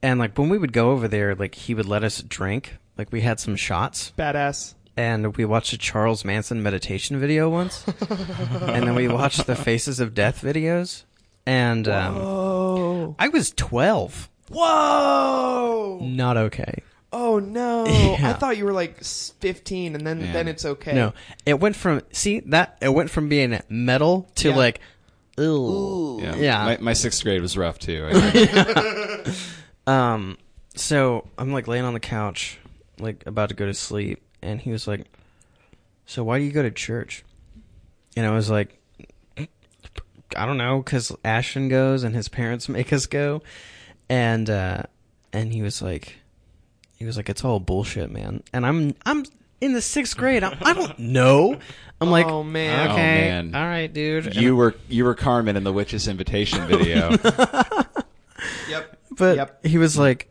Speaker 4: and like when we would go over there, like he would let us drink. Like we had some shots,
Speaker 1: Badass.
Speaker 4: and we watched a Charles Manson meditation video once, and then we watched the Faces of Death videos, and um,
Speaker 1: Oh.
Speaker 4: I was twelve.
Speaker 1: Whoa.
Speaker 4: Not okay.
Speaker 1: Oh no. I
Speaker 4: Yeah.
Speaker 1: thought you were like s- 15 and then
Speaker 2: Man.
Speaker 1: then it's okay.
Speaker 4: No, it went from see that it went from being metal to
Speaker 1: Yeah.
Speaker 4: like, ooh,
Speaker 2: Yeah.
Speaker 4: Yeah.
Speaker 2: My, my sixth grade was rough too. I think.
Speaker 4: Um, so I'm like laying on the couch, like about to go to sleep, and he was like, "So why do you go to church?" And I was like, "I don't know, cause Ashton goes and his parents make us go," and uh, and he was like, he was like, "It's all bullshit, man." And I'm I'm in the sixth grade. I, I don't know. I'm like,
Speaker 1: Oh, man.
Speaker 2: Oh,
Speaker 4: okay,
Speaker 2: man.
Speaker 4: all right, dude." And
Speaker 2: you were you were Carmen in the witch's invitation video.
Speaker 1: Yep.
Speaker 4: But
Speaker 1: Yep.
Speaker 4: he was like,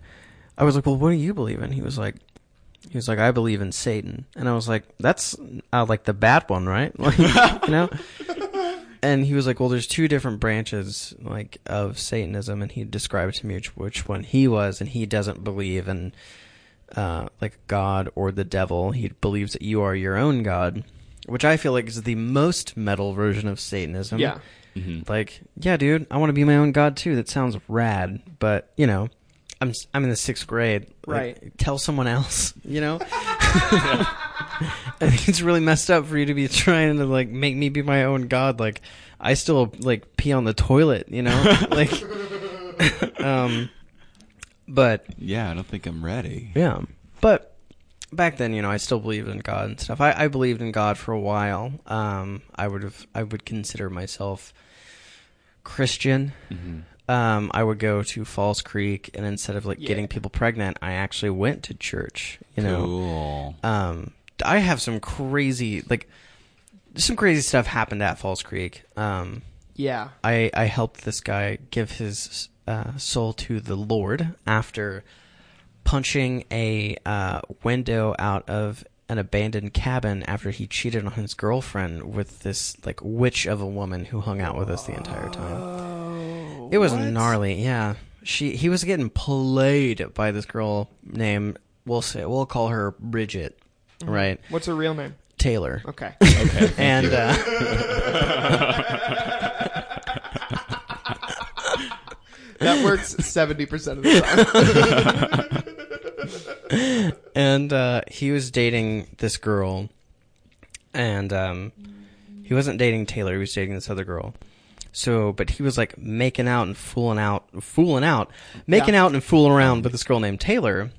Speaker 4: I was like, well, what do you believe in? He was like, he was like, I believe in Satan, and I was like, that's uh, like the bad one, right? Like, you know. And he was like, well, there's two different branches like of Satanism, and he described to me which, which one he was, and he doesn't believe in uh, like God or the devil. He believes that you are your own God, which I feel like is the most metal version of Satanism.
Speaker 1: Yeah.
Speaker 4: Like, yeah, dude, I want to be my own god too. That sounds rad, but you know, I'm s- I'm in the sixth grade. Like,
Speaker 1: Right.
Speaker 4: tell someone else. You know. I think it's really messed up for you to be trying to like make me be my own god. Like, I still like pee on the toilet. You know, like, um, but
Speaker 2: yeah, I don't think I'm ready.
Speaker 4: yeah, but back then, you know, I still believed in God and stuff. I, I believed in God for a while. Um, I would have, I would consider myself Christian. Um, I would go to Falls Creek, and instead of like getting people pregnant, I actually went to church. You know,
Speaker 5: Cool.
Speaker 4: um, I have some crazy like some crazy stuff happened at Falls Creek. Um,
Speaker 1: Yeah.
Speaker 4: I I helped this guy give his uh, soul to the Lord after punching a uh, window out of an abandoned cabin after he cheated on his girlfriend with this like witch of a woman who hung out with us the entire time. It was gnarly, yeah. She he was getting played by this girl named we'll say we'll call her Bridget, right?
Speaker 1: What's her real name?
Speaker 4: Taylor.
Speaker 1: Okay.
Speaker 4: and uh,
Speaker 1: that works 70% of the time.
Speaker 4: and uh, he was dating this girl, and um, he wasn't dating Taylor. He was dating this other girl. So, but he was like making out and fooling out, fooling out, making out and fooling around with this girl named Taylor.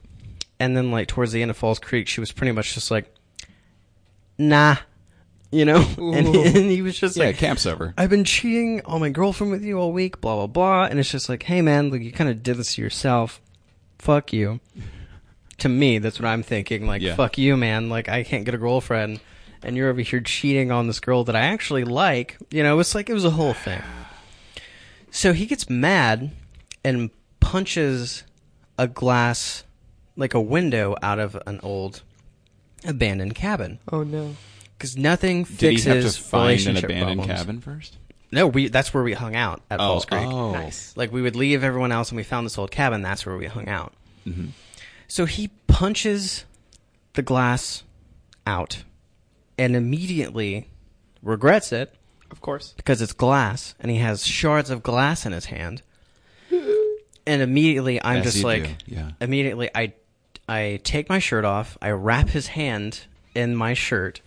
Speaker 4: And then, like towards the end of Falls Creek, she was pretty much just like, "Nah," you know. And he, and he was just
Speaker 5: yeah,
Speaker 4: like,
Speaker 5: camp's over.
Speaker 4: I've been cheating on my girlfriend with you all week, blah blah blah, and it's just like, hey man, like you kind of did this to yourself. Fuck you. To me, that's what I'm thinking. Like,
Speaker 5: Yeah.
Speaker 4: fuck you, man. Like I can't get a girlfriend, and you're over here cheating on this girl that I actually like. You know, it's like it was a whole thing. So he gets mad and punches a glass, like a window, out of an old abandoned cabin
Speaker 1: Oh, no.
Speaker 4: because nothing
Speaker 5: Did
Speaker 4: fixes
Speaker 5: he have to find an
Speaker 4: relationship
Speaker 5: abandoned
Speaker 4: problems.
Speaker 5: cabin first?
Speaker 4: No, we that's where we hung out at Falls Creek.
Speaker 5: oh.
Speaker 4: Like we would leave everyone else and we found this old cabin, that's where we hung out.
Speaker 5: Mm-hmm.
Speaker 4: So he punches the glass out and immediately regrets it
Speaker 1: Of course.
Speaker 4: because it's glass and he has shards of glass in his hand. And immediately I'm
Speaker 5: As
Speaker 4: just
Speaker 5: you
Speaker 4: like
Speaker 5: do, yeah.
Speaker 4: immediately I I take my shirt off, I wrap his hand in my shirt,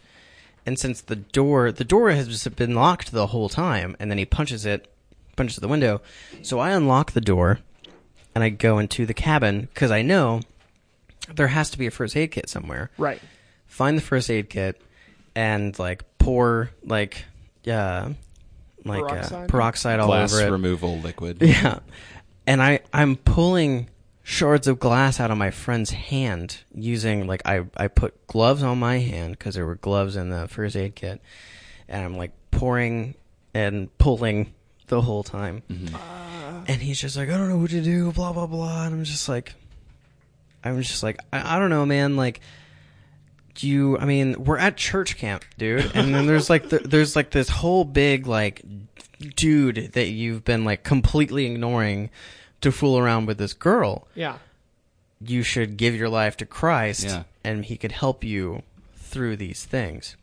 Speaker 4: and since the door the door has just been locked the whole time, and then he punches it punches the window. So I unlock the door and I go into the cabin because I know there has to be a first aid kit somewhere
Speaker 1: Right.
Speaker 4: find the first aid kit and like pour like uh like
Speaker 1: Peroxide?
Speaker 4: peroxide, uh, peroxide all
Speaker 5: Glass
Speaker 4: over it.
Speaker 5: removal liquid.
Speaker 4: yeah. And I I'm pulling shards of glass out of my friend's hand using like I I put gloves on my hand cuz there were gloves in the first aid kit and I'm like pouring and pulling the whole time. And he's just like I don't know what to do blah blah blah and I'm just like I'm just like I, I don't know man like do you i mean we're at church camp dude and then there's like the, there's like this whole big like dude that you've been like completely ignoring to fool around with this girl
Speaker 1: Yeah.
Speaker 4: you should give your life to christ
Speaker 5: Yeah.
Speaker 4: and he could help you through these things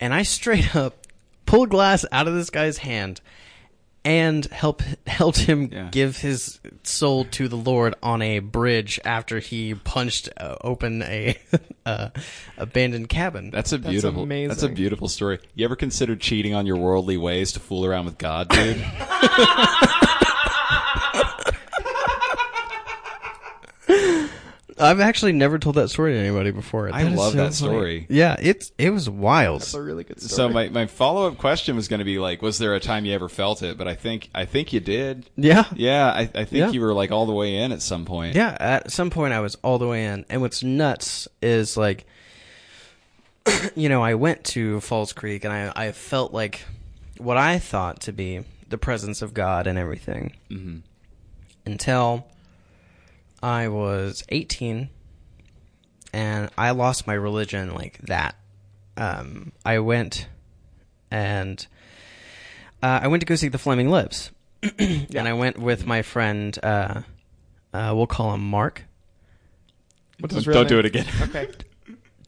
Speaker 4: and i straight up pulled glass out of this guy's hand and help helped him
Speaker 5: Yeah.
Speaker 4: give his soul to the Lord on a bridge after he punched uh, open a uh, abandoned cabin.
Speaker 5: That's a beautiful.
Speaker 1: amazing.
Speaker 5: That's a beautiful story. You ever considered cheating on your worldly ways to fool around with God, dude?
Speaker 4: I've actually never told that story to anybody before.
Speaker 5: I
Speaker 4: is
Speaker 5: love
Speaker 4: so
Speaker 5: that
Speaker 4: funny.
Speaker 5: story.
Speaker 4: Yeah, it's it was wild.
Speaker 1: It's a really good story.
Speaker 5: so my, my follow up question was going to be like, was there a time you ever felt it? But I think I think you did.
Speaker 4: Yeah.
Speaker 5: Yeah, I, I think
Speaker 4: Yeah.
Speaker 5: you were like all the way in at some point.
Speaker 4: Yeah, at some point I was all the way in. And what's nuts is like you know, I went to Falls Creek and I I felt like what I thought to be the presence of God and everything. Mm-hmm. Until I was 18 and I lost my religion like that. Um, I went and uh, I went to go see the Flaming Lips. And I went with my friend, uh, uh, we'll call him Mark.
Speaker 1: What's
Speaker 5: Don't,
Speaker 1: his real
Speaker 5: don't do
Speaker 1: name?
Speaker 5: it again.
Speaker 1: Okay.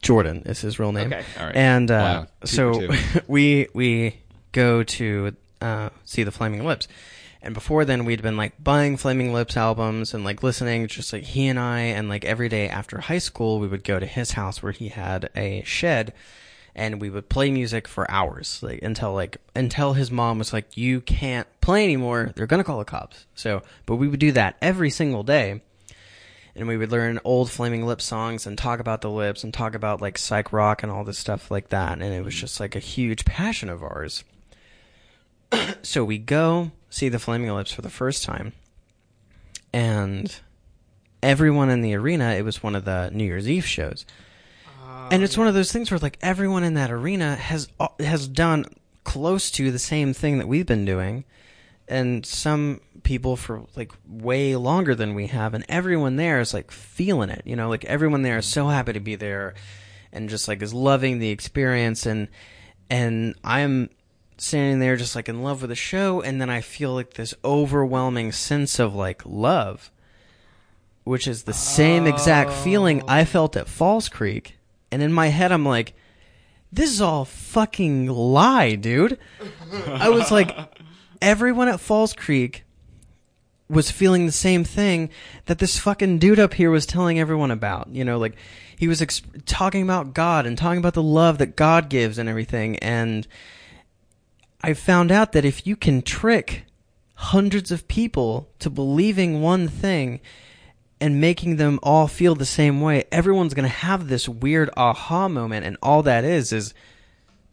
Speaker 4: Jordan is his real name.
Speaker 1: Okay.
Speaker 5: All right.
Speaker 4: And uh,
Speaker 5: Wow. Two
Speaker 4: so
Speaker 5: for
Speaker 4: we we go to uh, see the Flaming Lips, and before then we'd been like buying Flaming Lips albums and like listening. Just like he and I, and like every day after high school, we would go to his house where he had a shed, and we would play music for hours, like until like until his mom was like, "You can't play anymore. They're gonna call the cops." So, but we would do that every single day. and we would learn old Flaming Lips songs and talk about the Lips and talk about like psych rock and all this stuff like that. And it was just like a huge passion of ours. so we go see the Flaming Lips for the first time, and everyone in the arena. It was one of the New Year's Eve shows, and it's one of those things where like everyone in that arena has uh, has done close to the same thing that we've been doing, and some people for like way longer than we have, and everyone there is like feeling it. You know, like everyone there is so happy to be there, and just like is loving the experience, and and I'm standing there just like in love with the show and then i feel like this overwhelming sense of like love which is the same exact feeling I felt at Falls Creek. And in my head, I'm like, this is all fucking lie, dude. I was like, everyone at Falls Creek was feeling the same thing that this fucking dude up here was telling everyone about. You know, like he was ex- talking about God and talking about the love that God gives and everything. And I found out that if you can trick hundreds of people to believing one thing and making them all feel the same way, everyone's going to have this weird aha moment. And all that is, is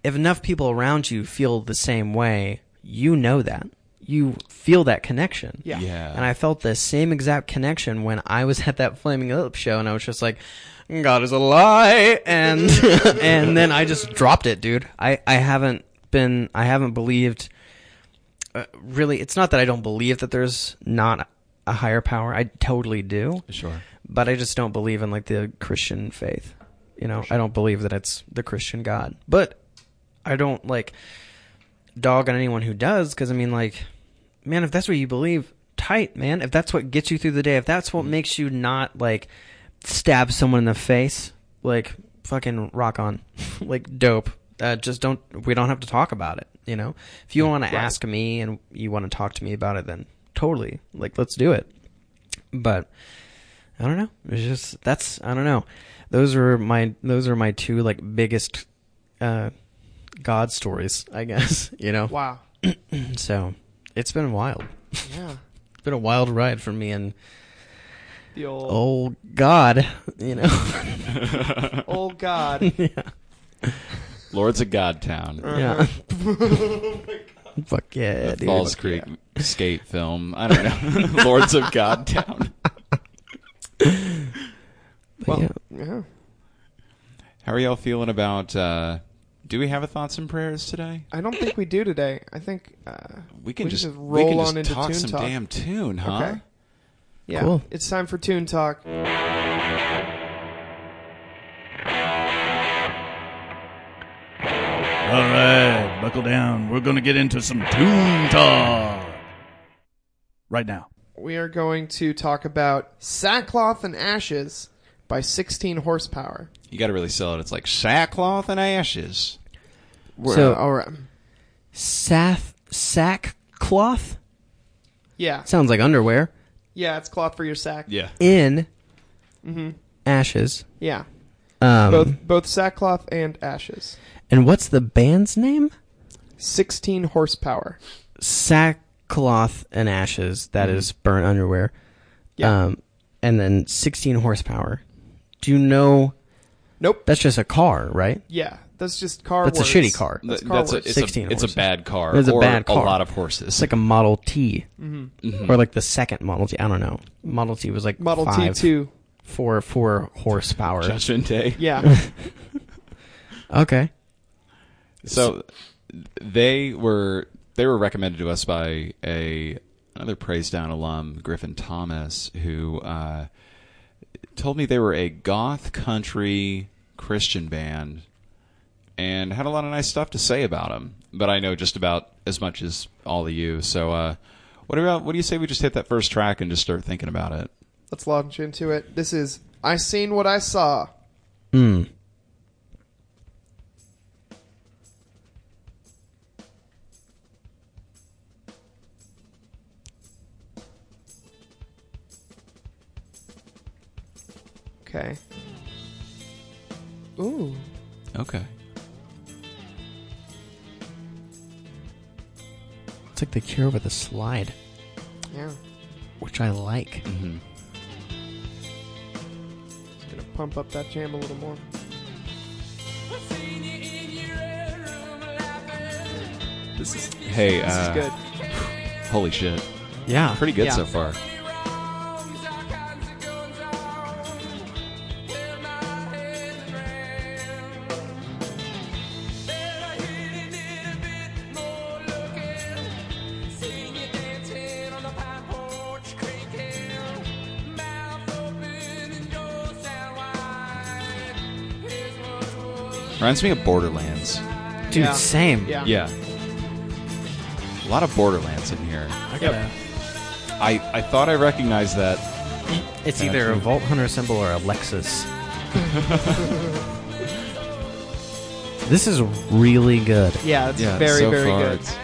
Speaker 4: if enough people around you feel the same way, you know that. You feel that connection.
Speaker 1: Yeah.
Speaker 2: Yeah.
Speaker 4: And I felt the same exact connection when I was at that Flaming Lip show, and I was just like, "God is a lie," and and then I just dropped it, dude. I I haven't been I haven't believed. Uh, really, it's not that I don't believe that there's not a higher power. I totally do,
Speaker 2: Sure.
Speaker 4: but I just don't believe in like the Christian faith. You know, I don't believe that it's the Christian God, but I don't like dog on anyone who does because I mean, like, man, if that's what you believe, tight, man. If that's what gets you through the day, if that's what makes you not like stab someone in the face, like fucking rock on, like dope. Uh, just don't. We don't have to talk about it. You know, if you want to ask me and you want to talk to me about it, then totally. Like, let's do it. But I don't know. It's just that's I don't know. Those are my those are my two like biggest uh god stories, I guess, you know.
Speaker 1: Wow.
Speaker 4: So, it's been wild.
Speaker 1: Yeah.
Speaker 4: It's been a wild ride for me and
Speaker 1: The old
Speaker 4: oh god, you know.
Speaker 2: Oh.
Speaker 1: old god.
Speaker 2: Lords of Godtown.
Speaker 1: Uh,
Speaker 4: yeah.
Speaker 1: Uh-huh.
Speaker 4: Fuck yeah, dude.
Speaker 2: Falls Creek skate film. I don't know. Lords of Godtown.
Speaker 4: But yeah.
Speaker 1: yeah.
Speaker 2: How are y'all feeling about? Uh, do we have a thoughts and prayers today?
Speaker 1: I don't think we do today. I think uh,
Speaker 2: We can just,
Speaker 1: roll
Speaker 2: we can
Speaker 1: on
Speaker 2: just
Speaker 1: into
Speaker 2: talk
Speaker 1: Toon
Speaker 2: some
Speaker 1: Talk.
Speaker 2: damn tune, huh?
Speaker 1: Okay. Yeah.
Speaker 4: Cool.
Speaker 1: It's time for Toon Talk.
Speaker 5: All right, buckle down. We're going to get into some tune talk right now.
Speaker 1: We are going to talk about Sackcloth and Ashes by 16 Horsepower.
Speaker 2: You got to really sell it. It's like sackcloth and ashes.
Speaker 1: We're-
Speaker 4: So-
Speaker 1: all right.
Speaker 4: Sath sackcloth
Speaker 1: Yeah.
Speaker 4: sounds like underwear
Speaker 1: Yeah, it's cloth for your sack. Mm-hmm.
Speaker 2: Yeah.
Speaker 4: in ashes.
Speaker 1: Yeah.
Speaker 4: Um
Speaker 1: Both both sackcloth and ashes.
Speaker 4: and what's the band's name?
Speaker 1: 16 horsepower.
Speaker 4: sackcloth and ashes that is burnt underwear
Speaker 1: Mm-hmm. Yeah.
Speaker 4: um and then 16 horsepower do you know
Speaker 1: Nope.
Speaker 4: that's just a car right
Speaker 1: Yeah. That's just car
Speaker 4: That's a
Speaker 1: words.
Speaker 4: shitty car.
Speaker 1: That's
Speaker 2: Th-
Speaker 1: car
Speaker 2: a,
Speaker 1: words.
Speaker 2: it's,
Speaker 4: 16
Speaker 2: a, it's
Speaker 4: horses.
Speaker 2: a bad car.
Speaker 4: It's a
Speaker 2: or
Speaker 4: bad car.
Speaker 2: A lot of horses.
Speaker 4: it's like a model t
Speaker 2: Mm-hmm.
Speaker 4: or like the second model t i don't know model t was like
Speaker 1: Mm-hmm. Model
Speaker 4: five,
Speaker 1: T2.
Speaker 4: four four horsepower
Speaker 2: Judgment Day.
Speaker 1: Yeah.
Speaker 4: okay
Speaker 2: So they were they were recommended to us by a another Praise Down alum, Griffin Thomas, who uh, told me they were a goth country Christian band and had a lot of nice stuff to say about them. But I know just about as much as all of you. So uh, what about what do you say we just hit that first track and just start thinking about it?
Speaker 1: Let's launch into it. This is I Seen What I Saw.
Speaker 4: Hmm.
Speaker 1: Okay. Ooh.
Speaker 2: Okay.
Speaker 4: it's like the cure with a slide
Speaker 1: Yeah.
Speaker 2: Mm-hmm.
Speaker 4: which i like
Speaker 1: pump up that jam a little more.
Speaker 2: This is hey,
Speaker 1: This
Speaker 2: uh,
Speaker 1: is good.
Speaker 2: holy shit,
Speaker 4: Yeah.
Speaker 2: pretty good
Speaker 1: Yeah.
Speaker 2: so far.
Speaker 5: Reminds me of Borderlands.
Speaker 4: Dude,
Speaker 1: Yeah.
Speaker 4: same.
Speaker 1: Yeah.
Speaker 2: Yeah, a lot of Borderlands in here.
Speaker 4: I gotta,
Speaker 2: I I thought I recognized that.
Speaker 4: it's either a Vault Hunter symbol or a Lexus. this is really good.
Speaker 1: Yeah, it's
Speaker 2: Yeah,
Speaker 1: very,
Speaker 2: so
Speaker 1: very
Speaker 2: far,
Speaker 1: good.
Speaker 2: it's-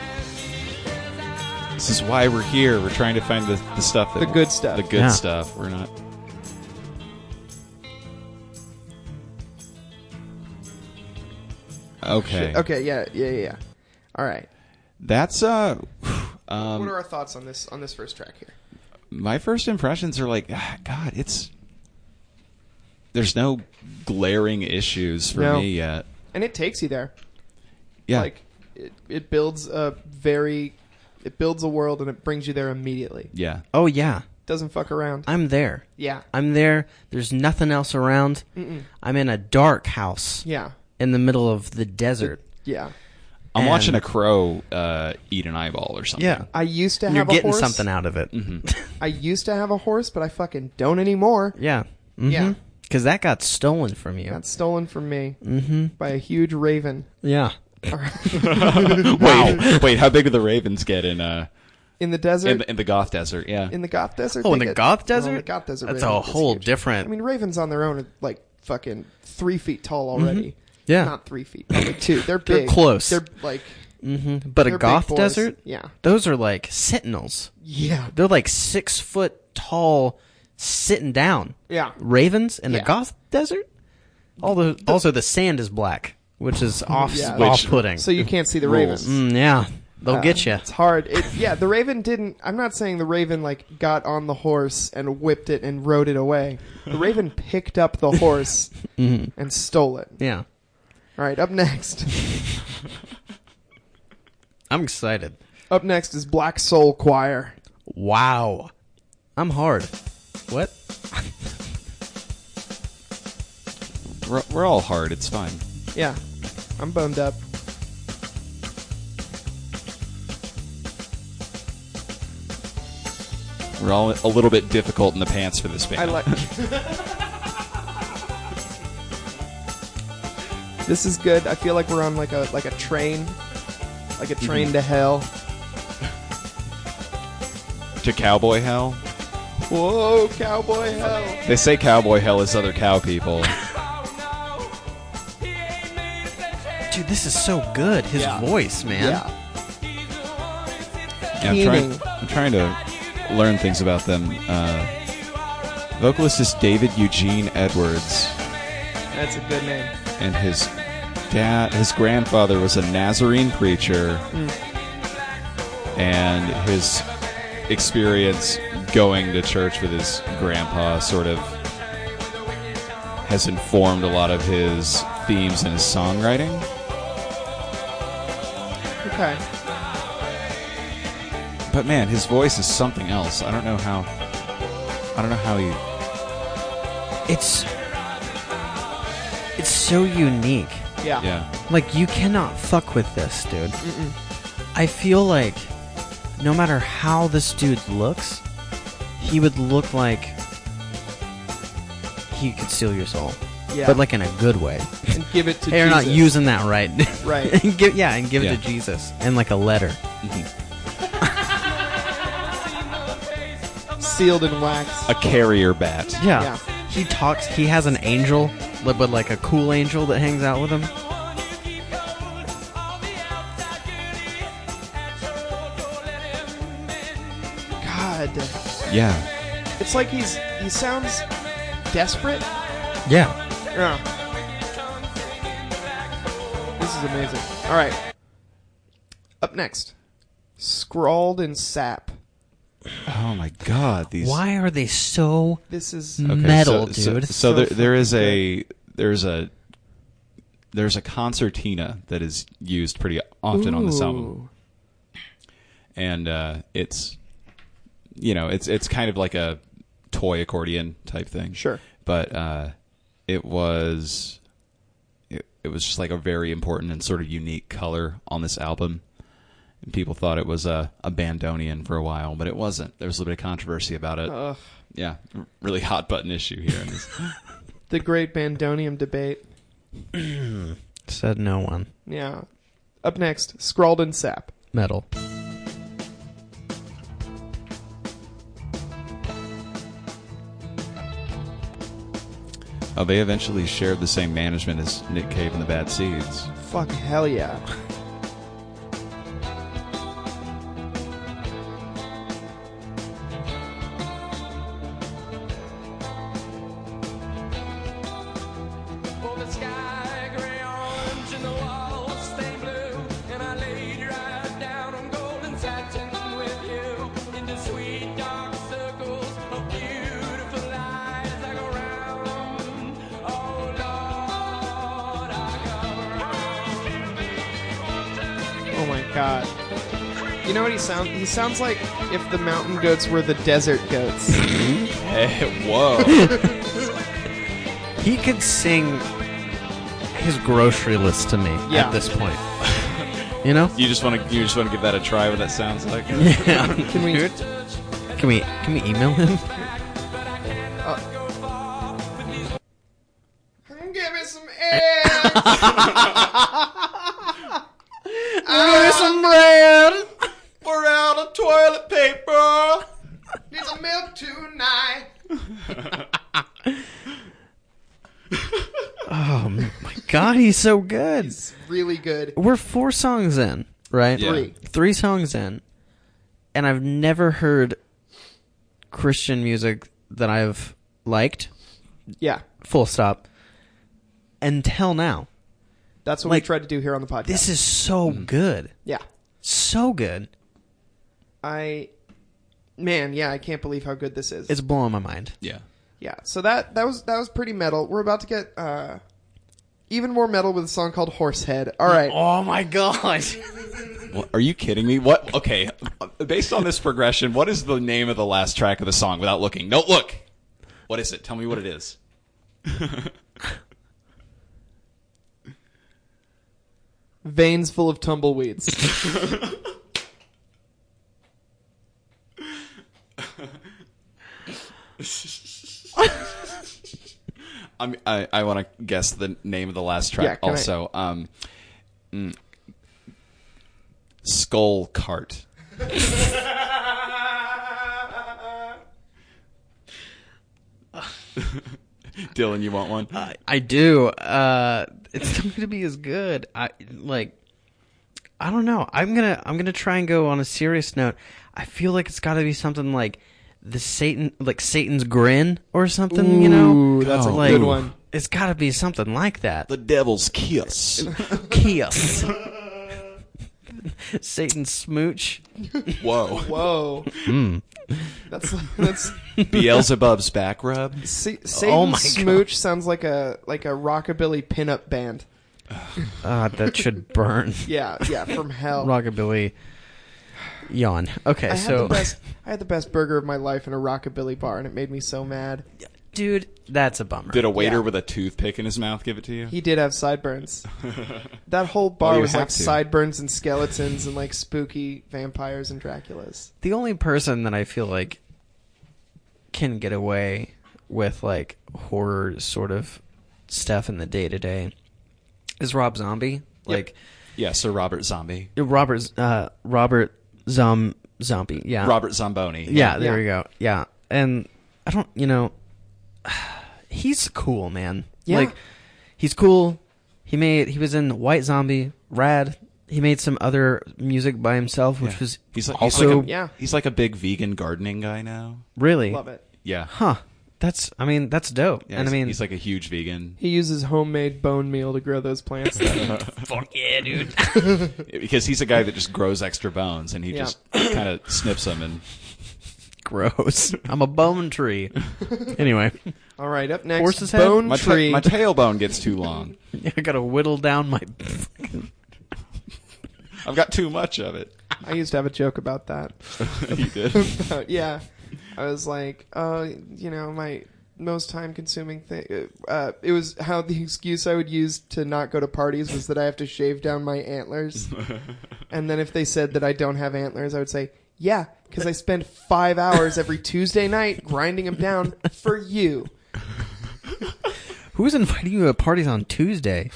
Speaker 2: This is why we're here. We're trying to find the, the stuff that
Speaker 1: The good stuff.
Speaker 2: The good
Speaker 4: Yeah.
Speaker 2: stuff. We're not. Okay.
Speaker 1: Okay, yeah, yeah, yeah, yeah. All right.
Speaker 2: That's uh um
Speaker 1: what are our thoughts on this on this first track here?
Speaker 2: my first impressions are like ah, god, it's there's no glaring issues for
Speaker 1: No.
Speaker 2: me yet.
Speaker 1: And it takes you there.
Speaker 2: Yeah.
Speaker 1: Like it, it builds a very it builds a world and it brings you there immediately.
Speaker 2: yeah.
Speaker 4: Oh yeah,
Speaker 1: Doesn't fuck around.
Speaker 4: I'm there.
Speaker 1: yeah.
Speaker 4: I'm there. There's nothing else around. I'm in a dark house
Speaker 1: Yeah.
Speaker 4: in the middle of the desert.
Speaker 1: Yeah.
Speaker 2: I'm
Speaker 4: And-
Speaker 2: watching a crow uh eat an eyeball or something.
Speaker 1: I used to have
Speaker 4: you're
Speaker 1: a
Speaker 4: getting
Speaker 1: horse.
Speaker 4: something out of it.
Speaker 1: I used to have a horse, but I fucking don't anymore.
Speaker 4: Yeah. hmm
Speaker 1: Yeah.
Speaker 4: Because that got stolen from you.
Speaker 1: Got stolen from me
Speaker 4: Mm-hmm.
Speaker 1: by a huge raven.
Speaker 4: yeah.
Speaker 2: Wait, wait, how big do the Ravens get in uh
Speaker 1: In the desert.
Speaker 2: in the, in the Goth Desert? Yeah.
Speaker 1: in the Goth Desert.
Speaker 4: Oh,
Speaker 1: they
Speaker 4: in the
Speaker 1: get-
Speaker 4: Goth
Speaker 1: well, in
Speaker 4: Desert.
Speaker 1: the Goth Desert.
Speaker 4: That's
Speaker 1: raven
Speaker 4: a
Speaker 1: gets
Speaker 4: whole
Speaker 1: huge.
Speaker 4: different.
Speaker 1: I mean, ravens on their own are like fucking three feet tall already.
Speaker 4: Mm-hmm. Yeah.
Speaker 1: Not three feet, probably two. They're
Speaker 4: They're
Speaker 1: big.
Speaker 4: close.
Speaker 1: They're like
Speaker 4: but
Speaker 1: they're
Speaker 4: a goth
Speaker 1: big boys.
Speaker 4: desert.
Speaker 1: Yeah.
Speaker 4: Those are like sentinels.
Speaker 1: Yeah.
Speaker 4: They're like six foot tall, sitting down.
Speaker 1: Yeah.
Speaker 4: Ravens in
Speaker 1: Yeah.
Speaker 4: a goth desert. All the, also the sand is black, which is off
Speaker 1: Yeah. Which-
Speaker 4: off putting.
Speaker 1: So you can't see the ravens.
Speaker 2: Rules.
Speaker 1: Uh,
Speaker 4: Mm, yeah, they'll get you.
Speaker 1: It's hard. It, yeah, the Raven didn't. I'm not saying the Raven like got on the horse and whipped it and rode it away. The Raven picked up the horse
Speaker 4: Mm-hmm.
Speaker 1: and stole it.
Speaker 4: Yeah,
Speaker 1: All right, up next.
Speaker 4: I'm excited.
Speaker 1: Up next is Black Soul Choir.
Speaker 4: Wow, I'm hard. What?
Speaker 2: We're, we're all hard. It's fine.
Speaker 1: Yeah, I'm boned up.
Speaker 2: We're all a little bit difficult in the pants for this band.
Speaker 1: I like. this is good. I feel like we're on like a like a train, like a train to hell.
Speaker 2: to cowboy hell.
Speaker 1: Whoa, cowboy hell!
Speaker 2: They say cowboy hell is other cow people.
Speaker 4: Dude, this is so good. His voice, man.
Speaker 1: Yeah,
Speaker 2: Yeah, I'm, trying,
Speaker 1: Keening.
Speaker 2: I'm trying to learn things about them. Uh, vocalist is David Eugene Edwards,
Speaker 1: that's a good name.
Speaker 2: and his dad, his grandfather was a Nazarene preacher, and his experience going to church with his grandpa sort of has informed a lot of his themes in his songwriting.
Speaker 1: Okay.
Speaker 2: But man, his voice is something else. I don't know how. I don't know how he.
Speaker 4: It's it's so unique.
Speaker 1: Yeah.
Speaker 2: Yeah.
Speaker 4: Like you cannot fuck with this, dude. I feel like no matter how this dude looks, he would look like he could steal your soul,
Speaker 1: Yeah.
Speaker 4: but like in a good way.
Speaker 1: and give it to
Speaker 4: They're
Speaker 1: Jesus.
Speaker 4: not using that right.
Speaker 1: Right.
Speaker 4: And give, yeah, and give
Speaker 2: Yeah.
Speaker 4: it to Jesus and like a letter.
Speaker 1: sealed in wax.
Speaker 2: A carrier bat.
Speaker 1: Yeah.
Speaker 4: He talks. He has an angel, li- but like a cool angel that hangs out with him.
Speaker 1: God,
Speaker 2: Yeah.
Speaker 1: it's like he's he sounds desperate.
Speaker 4: Yeah.
Speaker 1: Yeah. This is amazing. All right. Up next, scrawled in sap.
Speaker 2: Oh my god, these
Speaker 4: Why are they so
Speaker 1: This is
Speaker 2: Okay,
Speaker 4: metal,
Speaker 2: so,
Speaker 4: dude?
Speaker 2: So, so there, there is a there's a there's a concertina that is used pretty often on this album,
Speaker 1: Ooh.
Speaker 2: and uh, it's you know it's it's kind of like a toy accordion type thing,
Speaker 1: Sure.
Speaker 2: But uh, it was it, it was just like a very important and sort of unique color on this album. And people thought it was a, a bandonian for a while, but it wasn't. There was a little bit of controversy about it.
Speaker 1: Ugh.
Speaker 2: yeah, really hot button issue here in this
Speaker 1: The great bandonium debate.
Speaker 4: Said no one.
Speaker 1: Yeah. Up next, Scrawled and Sap.
Speaker 4: Metal.
Speaker 2: Oh, they eventually shared the same management as Nick Cave and the Bad Seeds.
Speaker 1: Fuck hell yeah. Oh my god. You know what he sounds? He sounds like if the mountain goats were the desert goats.
Speaker 2: whoa.
Speaker 4: He could sing his grocery list to me
Speaker 1: Yeah.
Speaker 4: at this point. you know?
Speaker 2: you just want to you just want to give that a try what that sounds like?
Speaker 1: Can we?
Speaker 4: Can we can we email him?
Speaker 1: Come give me some air.
Speaker 4: some bread.
Speaker 2: We're out of toilet paper.
Speaker 1: Need some milk tonight.
Speaker 4: God, he's so good.
Speaker 1: Really good.
Speaker 4: We're four songs in, right?
Speaker 2: Yeah.
Speaker 1: Three.
Speaker 4: Three songs in, and I've never heard Christian music that I've liked.
Speaker 1: Yeah.
Speaker 4: Full stop. Until now,
Speaker 1: That's what
Speaker 4: Like,
Speaker 1: we tried to do here on the podcast.
Speaker 4: this is so good,
Speaker 1: yeah.
Speaker 4: so good.
Speaker 1: I. Man, yeah, I can't believe how good this is.
Speaker 4: It's blowing my mind.
Speaker 2: Yeah.
Speaker 1: yeah. So that that was that was pretty metal. We're about to get uh, even more metal with a song called Horsehead. All right.
Speaker 4: Oh my gosh.
Speaker 2: What, are you kidding me? What? Okay. Based on this progression, what is the name of the last track of the song without looking? No, look. What is it? Tell me what it is.
Speaker 1: Veins full of tumbleweeds.
Speaker 2: I'm, I I want to guess the name of the last track
Speaker 1: Yeah, can I-
Speaker 2: also. Um, mm, Skull Cart. Dylan, you want one?
Speaker 4: I do. Uh, it's not gonna be as good. I like. I don't know. I'm gonna I'm gonna try and go on a serious note. I feel like it's got to be something like the Satan, like Satan's grin or something. you know,
Speaker 1: Ooh, that's a
Speaker 4: like,
Speaker 1: good one.
Speaker 4: It's got to be something like that.
Speaker 2: the Devil's Kiss.
Speaker 4: Chaos. Satan's smooch.
Speaker 2: Whoa.
Speaker 1: Whoa.
Speaker 4: Hmm.
Speaker 1: That's that's
Speaker 2: Beelzebub's back rub.
Speaker 1: See,
Speaker 4: Oh
Speaker 1: Satan's
Speaker 4: my
Speaker 1: Smooch sounds like a like a rockabilly pinup band.
Speaker 4: Ah, that should burn.
Speaker 1: Yeah, yeah, from hell.
Speaker 4: Rockabilly. Yawn. Okay,
Speaker 1: I had
Speaker 4: so
Speaker 1: the best. I had the best burger of my life in a rockabilly bar, and it made me so mad.
Speaker 4: dude, that's a bummer.
Speaker 2: Did a waiter
Speaker 1: Yeah.
Speaker 2: with a toothpick in his mouth give it to you?
Speaker 1: He did have sideburns. That whole bar
Speaker 2: Well, Oh, you
Speaker 1: was
Speaker 2: have
Speaker 1: like
Speaker 2: to.
Speaker 1: sideburns and skeletons and like spooky vampires and Draculas.
Speaker 4: the only person that I feel like can get away with like horror sort of stuff in the day to day is Rob Zombie. Like
Speaker 2: Yeah, Sir Robert Zombie.
Speaker 4: Robert uh Robert Zom Zombie. Yeah.
Speaker 2: Robert Zomboni.
Speaker 4: Yeah, there
Speaker 1: Yeah.
Speaker 4: we go. Yeah. And I don't you know he's cool, man.
Speaker 1: Yeah.
Speaker 4: Like he's cool. He made he was in White Zombie, Rad. He made some other music by himself, which was
Speaker 2: He's like, he's,
Speaker 4: also
Speaker 2: like a,
Speaker 1: Yeah.
Speaker 2: he's like a big vegan gardening guy now.
Speaker 4: really
Speaker 1: Love it.
Speaker 2: Yeah.
Speaker 4: Huh. That's I mean, that's dope.
Speaker 2: Yeah,
Speaker 4: and I
Speaker 2: he's-
Speaker 4: mean
Speaker 2: he's like a huge vegan
Speaker 1: He uses homemade bone meal to grow those plants.
Speaker 2: because he's a guy that just grows extra bones and he
Speaker 1: Yeah.
Speaker 2: just kind of snips them and
Speaker 4: gross. I'm a bone tree. anyway,
Speaker 1: All right, up next,
Speaker 4: Horse's head?
Speaker 1: bone
Speaker 2: My, ta-
Speaker 1: tree.
Speaker 2: my tailbone gets too long.
Speaker 4: I gotta whittle down my.
Speaker 2: I've got too much of it.
Speaker 1: I used to have a joke about that.
Speaker 2: you did.
Speaker 1: But, Oh, yeah, I was like, oh, you know, my most time-consuming thing. Uh, it was how the excuse I would use to not go to parties was that I have to shave down my antlers. and then if they said that I don't have antlers, I would say, yeah, because I spend five hours every Tuesday night grinding them down for you,
Speaker 4: Who's inviting you to parties on Tuesday?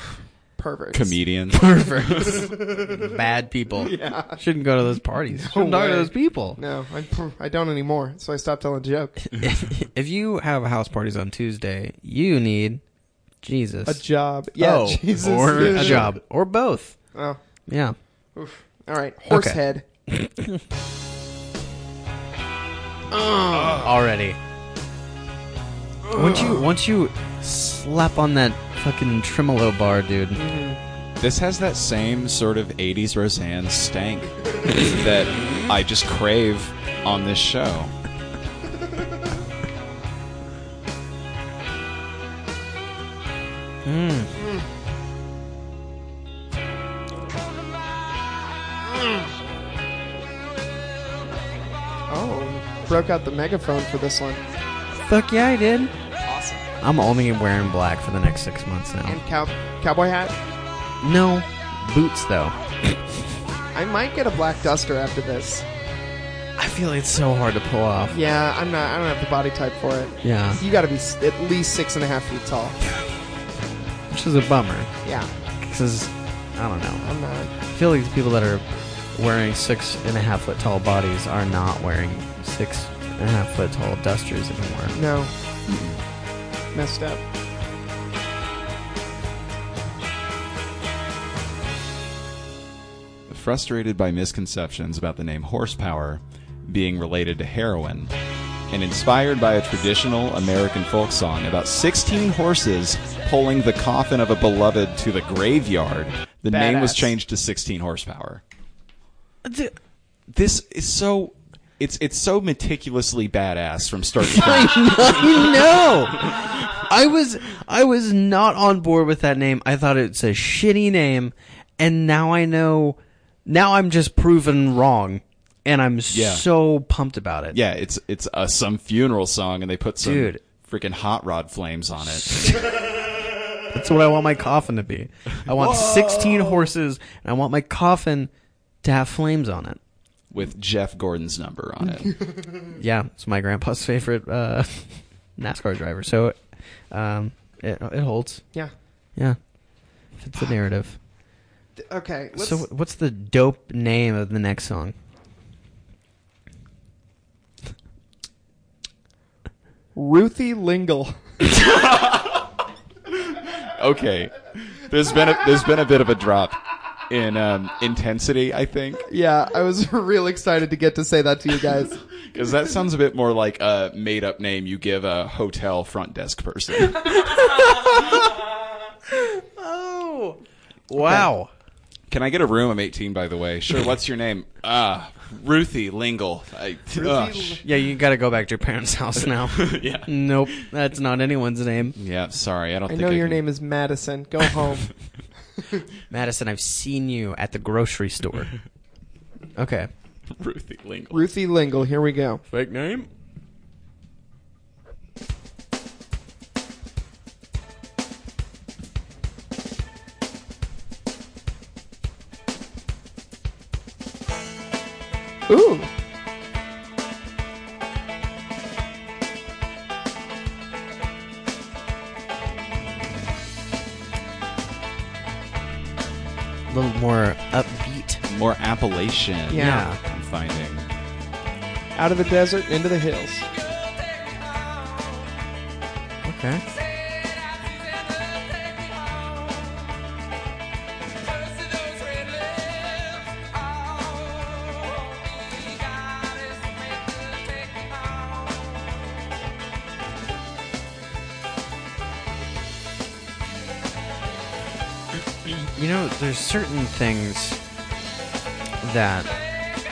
Speaker 1: perverts.
Speaker 2: Comedian.
Speaker 4: Perverts, bad people. Yeah, shouldn't go to those parties. Shouldn't talk
Speaker 1: way.
Speaker 4: to those people.
Speaker 1: No, I'm, I don't anymore. So I stopped telling jokes.
Speaker 4: if you have house parties on Tuesday, you need Jesus.
Speaker 1: A job. Yeah,
Speaker 4: Oh,
Speaker 1: Jesus.
Speaker 4: or
Speaker 1: Yeah.
Speaker 4: a job, or both.
Speaker 1: Oh,
Speaker 4: Yeah.
Speaker 1: all right. Horse
Speaker 4: Okay.
Speaker 1: head.
Speaker 4: already. Once you once you slap on that fucking tremolo bar, dude.
Speaker 2: This has that same sort of 80s Roseanne stank that I just crave on this show.
Speaker 1: Oh, broke out the megaphone for this one.
Speaker 4: Fuck yeah, I did.
Speaker 1: Awesome.
Speaker 4: I'm only wearing black for the next six months
Speaker 1: And
Speaker 4: now.
Speaker 1: cow- cowboy hat.
Speaker 4: No boots though.
Speaker 1: I might get a black duster after this.
Speaker 4: I feel it's so hard to pull off.
Speaker 1: Yeah, I'm not. I don't have the body type for it.
Speaker 4: Yeah,
Speaker 1: You got to be s- at least six and a half feet tall.
Speaker 4: which is a bummer
Speaker 1: Yeah,
Speaker 4: because I don't know.
Speaker 1: I'm not.
Speaker 4: I feel like the people that are wearing six and a half foot tall bodies are not wearing six and a half foot tall dusters anymore.
Speaker 1: No, messed up.
Speaker 2: Frustrated by misconceptions about the name horsepower being related to heroin, and inspired by a traditional American folk song about 16 horses pulling the coffin of a beloved to the graveyard, the name was
Speaker 1: Badass.
Speaker 2: changed to 16 horsepower. This is so. It's, it's so meticulously badass from start to finish.
Speaker 4: no. I was I was not on board with that name. I thought it's a shitty name, and now I know. Now I'm just proven wrong, and I'm
Speaker 2: Yeah.
Speaker 4: so pumped about it.
Speaker 2: Yeah, it's it's uh, some funeral song, and they put some
Speaker 4: Dude.
Speaker 2: freaking hot rod flames on it.
Speaker 4: That's what I want my coffin to be. I want 16 horses, and I want my coffin to have flames on it.
Speaker 2: With Jeff Gordon's number on it,
Speaker 4: Yeah, it's my grandpa's favorite uh, NASCAR driver, so um, it it holds.
Speaker 1: Yeah.
Speaker 4: Yeah, fits the narrative.
Speaker 1: D- Okay. Let's,
Speaker 4: So what's the dope name of the next song?
Speaker 1: Ruthie Lingle.
Speaker 2: okay. There's been a, there's been a bit of a drop in um, intensity, I think,
Speaker 1: Yeah, I was real excited to get to say that to you guys.
Speaker 2: because that sounds a bit more like a made up name you give a hotel front desk person.
Speaker 4: Oh, wow.
Speaker 2: Can I get a room? I'm 18, by the way. Sure. What's your name? Ah, Ruthie Lingle. I, ugh.
Speaker 4: Yeah, you got to go back to your parents' house now.
Speaker 2: yeah.
Speaker 4: nope, that's not anyone's name.
Speaker 2: Yeah. Sorry, I don't.
Speaker 1: I
Speaker 2: think
Speaker 1: know
Speaker 2: I
Speaker 1: your
Speaker 2: can-
Speaker 1: name is Madison. Go home.
Speaker 4: Madison, I've seen you at the grocery store. Okay.
Speaker 2: Ruthie Lingle.
Speaker 1: Ruthie Lingle. Here we go.
Speaker 4: Fake name?
Speaker 1: Ooh.
Speaker 4: A little more upbeat.
Speaker 2: More Appalachian.
Speaker 1: Yeah.
Speaker 2: I'm finding.
Speaker 1: Out of the desert into the hills.
Speaker 4: Okay. You know, there's certain things that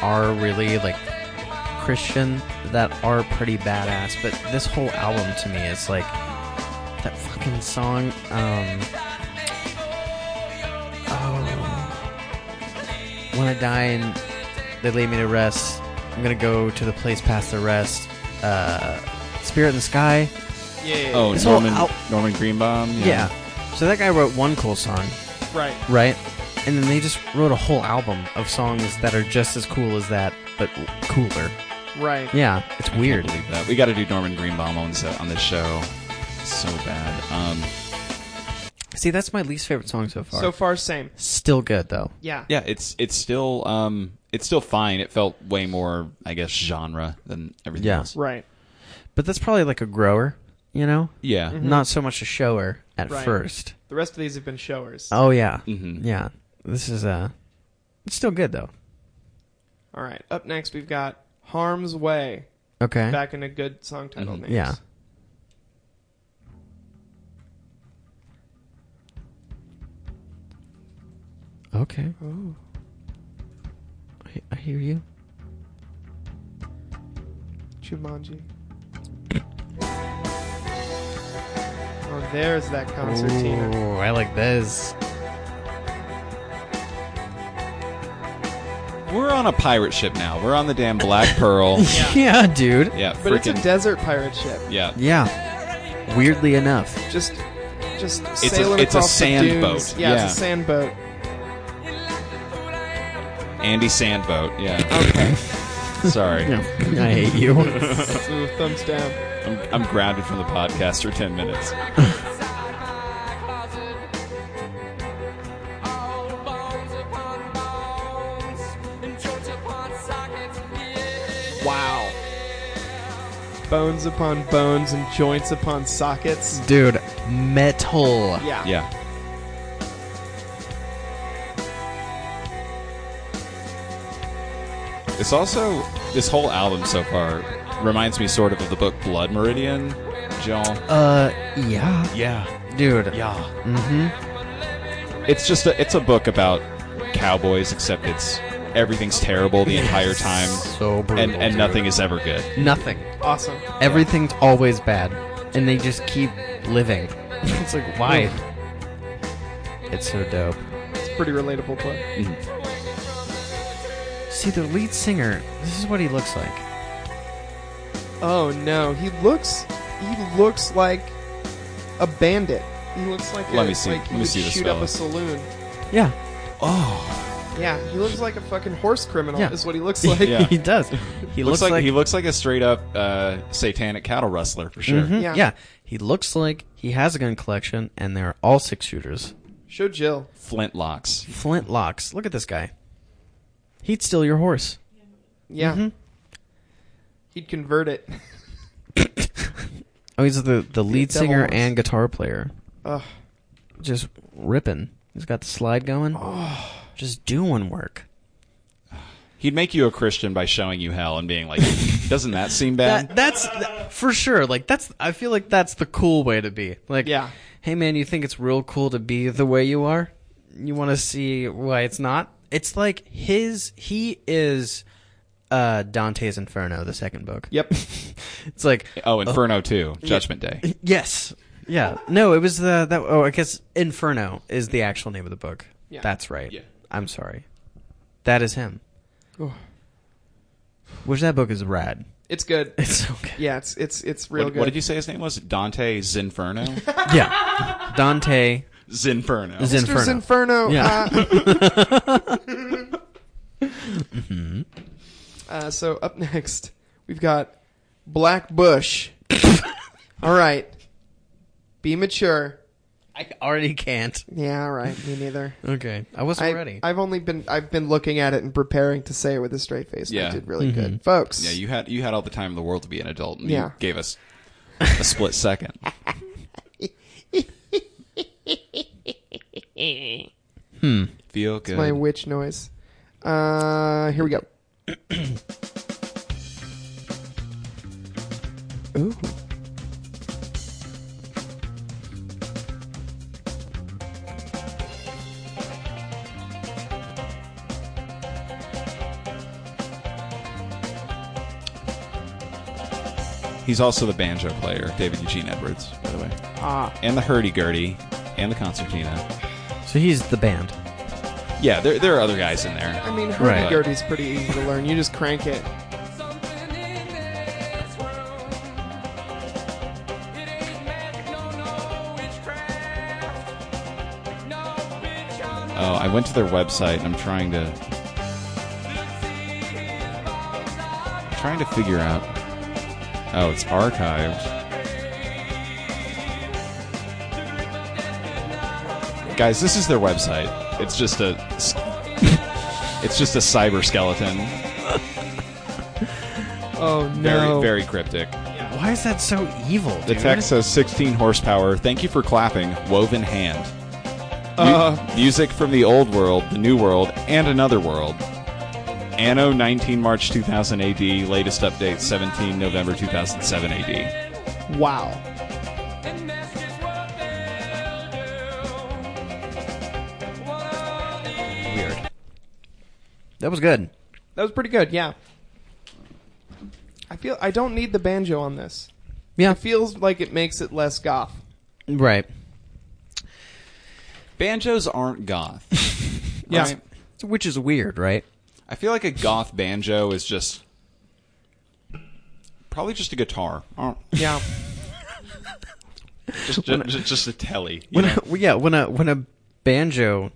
Speaker 4: are really like Christian that are pretty badass, but this whole album to me is like that fucking song. Um, oh, when I die and they lay me to rest, I'm gonna go to the place past the rest. Uh, Spirit in the Sky.
Speaker 1: Yeah.
Speaker 2: Oh,
Speaker 4: This whole
Speaker 2: Norman
Speaker 4: al-
Speaker 2: Norman Greenbaum.
Speaker 4: Yeah. So that guy wrote one cool song,
Speaker 1: right.
Speaker 4: right? And then they just wrote a whole album of songs that are just as cool as that, but cooler.
Speaker 1: Right.
Speaker 4: Yeah, it's weird.
Speaker 2: Can't believe that. We got to do Norman Greenbaum on this on this show. So bad. Um,
Speaker 4: See, that's my least favorite song so far.
Speaker 1: So far, same.
Speaker 4: Still good though.
Speaker 1: Yeah.
Speaker 2: yeah, it's it's still um, it's still fine. It felt way more, I guess, genre than everything
Speaker 4: Yeah.
Speaker 2: else.
Speaker 1: Right.
Speaker 4: But that's probably like a grower, you know?
Speaker 2: Yeah,
Speaker 4: Not so much a shower at
Speaker 1: Mm-hmm. Right.
Speaker 4: first.
Speaker 1: The rest of these have been showers.
Speaker 4: Oh yeah.
Speaker 2: Mhm.
Speaker 4: Yeah. This is uh it's still good though.
Speaker 1: All right. Up next, we've got Harm's Way.
Speaker 4: Okay.
Speaker 1: Back in a good song title
Speaker 2: Mhm.
Speaker 1: names.
Speaker 4: Yeah. Okay.
Speaker 1: Ooh.
Speaker 4: I, I hear you.
Speaker 1: Jumanji. Oh, there's that concertina.
Speaker 4: Ooh, I like this.
Speaker 2: we're on a pirate ship now. We're on the damn Black Pearl.
Speaker 4: Yeah, dude.
Speaker 2: yeah,
Speaker 1: But it's a
Speaker 2: freaking.
Speaker 1: desert pirate ship.
Speaker 2: yeah,
Speaker 4: Yeah. Weirdly enough.
Speaker 1: Just, just
Speaker 2: a-
Speaker 1: sailing
Speaker 2: it's a
Speaker 1: across
Speaker 2: sand
Speaker 1: the dunes.
Speaker 2: boat.
Speaker 1: Yeah,
Speaker 2: Yeah.
Speaker 1: it's a sand boat.
Speaker 2: Andy Sandboat. Yeah,
Speaker 1: Okay.
Speaker 2: sorry,
Speaker 4: I hate you.
Speaker 1: Ooh, thumbs down.
Speaker 2: I'm, I'm grounded from the podcast for ten minutes.
Speaker 1: Wow. Bones upon bones and joints upon sockets.
Speaker 4: Dude, metal.
Speaker 1: Yeah.
Speaker 2: Yeah, it's also this whole album so far reminds me sort of of the book Blood Meridian. Joel.
Speaker 4: Uh yeah.
Speaker 2: Yeah.
Speaker 4: Dude.
Speaker 2: Yeah.
Speaker 4: Mhm.
Speaker 2: It's just a, it's a book about cowboys, except it's everything's terrible the entire time,
Speaker 4: So brutal.
Speaker 2: and and
Speaker 4: dude.
Speaker 2: nothing is ever good.
Speaker 4: Nothing.
Speaker 1: Awesome.
Speaker 4: Everything's always bad, and they just keep living. it's like why? It's so dope.
Speaker 1: It's a pretty relatable book.
Speaker 4: See, the lead singer. This is what he looks like.
Speaker 1: Oh no, he looks he looks like a bandit. He looks like
Speaker 2: Let
Speaker 1: a,
Speaker 2: me see-
Speaker 1: like
Speaker 2: let
Speaker 1: he
Speaker 2: me
Speaker 1: would
Speaker 2: see this
Speaker 1: shoot up
Speaker 2: fella.
Speaker 1: a saloon.
Speaker 4: Yeah,
Speaker 1: Yeah, he looks like a fucking horse criminal.
Speaker 4: Yeah.
Speaker 1: Is what he looks like.
Speaker 2: Yeah.
Speaker 4: he does. He
Speaker 2: Looks like, he looks like a straight up uh, satanic cattle rustler for sure.
Speaker 4: Mhm,
Speaker 1: Yeah.
Speaker 4: yeah. he looks like he has a gun collection, and they're all six shooters,
Speaker 1: Show Jill.
Speaker 2: Flintlocks.
Speaker 4: flintlocks. Look at this guy. He'd steal your horse. Mm-hmm.
Speaker 1: Yeah, he'd convert it.
Speaker 4: Oh, he's the the lead
Speaker 1: devil
Speaker 4: singer
Speaker 1: horse.
Speaker 4: and guitar player.
Speaker 1: Ugh.
Speaker 4: Just ripping. He's got the slide going.
Speaker 1: Oh.
Speaker 4: Just doing work.
Speaker 2: He'd make you a Christian by showing you hell and being like, "Doesn't that seem bad?"
Speaker 4: that that's that- for sure like that's i feel like that's the cool way to be like
Speaker 1: Yeah.
Speaker 4: hey man you think it's real cool to be the way you are you want to see why it's not it's like his he is uh dante's inferno the second book
Speaker 1: Yep.
Speaker 4: it's like
Speaker 2: oh, Inferno too. Judgment Day.
Speaker 4: yes yeah no it was the that oh i guess inferno is the actual name of the book
Speaker 1: Yeah.
Speaker 4: that's right
Speaker 2: Yeah.
Speaker 4: i'm sorry that is him
Speaker 1: Oh.
Speaker 4: which that book is rad
Speaker 1: It's good.
Speaker 4: it's okay
Speaker 1: Yeah, it's it's it's real
Speaker 2: What,
Speaker 1: good.
Speaker 2: what did you say his name was? Dante Zinferno.
Speaker 4: yeah dante
Speaker 2: Zinferno.
Speaker 4: Zin-
Speaker 1: Mr. Inferno.
Speaker 4: Yeah.
Speaker 1: Uh, uh, so up next, we've got Black Bush. all right. Be mature.
Speaker 4: I already can't.
Speaker 1: Yeah, all right. Me neither.
Speaker 4: Okay. I wasn't
Speaker 1: I,
Speaker 4: ready.
Speaker 1: I've only been I've been looking at it and preparing to say it with a straight face. and I
Speaker 2: Yeah.
Speaker 1: did really good, folks.
Speaker 2: yeah, you had you had all the time in the world to be an adult, and
Speaker 1: Yeah.
Speaker 2: you gave us a split second. Hmm, Feel good.
Speaker 1: my witch noise. Uh, here we go. Ooh.
Speaker 2: He's also the banjo player, David Eugene Edwards, by the way.
Speaker 4: Ah.
Speaker 2: And the hurdy-gurdy, and the concertina.
Speaker 4: So he's the band.
Speaker 2: Yeah, there, there are other guys in there.
Speaker 1: I mean,
Speaker 4: Right.
Speaker 1: hurdy-gurdy's pretty easy to learn. You just crank it.
Speaker 2: Oh, I went to their website and I'm trying to trying to figure out. Oh, it's archived. Guys, this is their website. It's just a s- it's just a cyber skeleton.
Speaker 1: Oh
Speaker 2: Very very cryptic.
Speaker 4: Why is that so evil?
Speaker 2: The
Speaker 4: dude?
Speaker 2: text says 16 horsepower. Thank you for clapping. Woven hand. Mu-
Speaker 4: Uh.
Speaker 2: music from the old world, the new world, and another world. Anno 19 March 2000 AD. Latest update 17 November 2007 AD.
Speaker 1: Wow.
Speaker 4: weird.
Speaker 7: That was good.
Speaker 1: That was pretty good. Yeah. I feel I don't need the banjo on this.
Speaker 4: Yeah.
Speaker 1: It feels like it makes it less goth.
Speaker 4: Right.
Speaker 2: Banjos aren't goth.
Speaker 1: Yeah.
Speaker 2: Right?
Speaker 4: Which is weird, right?
Speaker 2: I feel like a goth banjo is just probably just a guitar. Oh,
Speaker 1: Yeah.
Speaker 2: Just, just, just a telly. you
Speaker 4: When
Speaker 2: know?
Speaker 4: a, well, yeah, when a when a banjo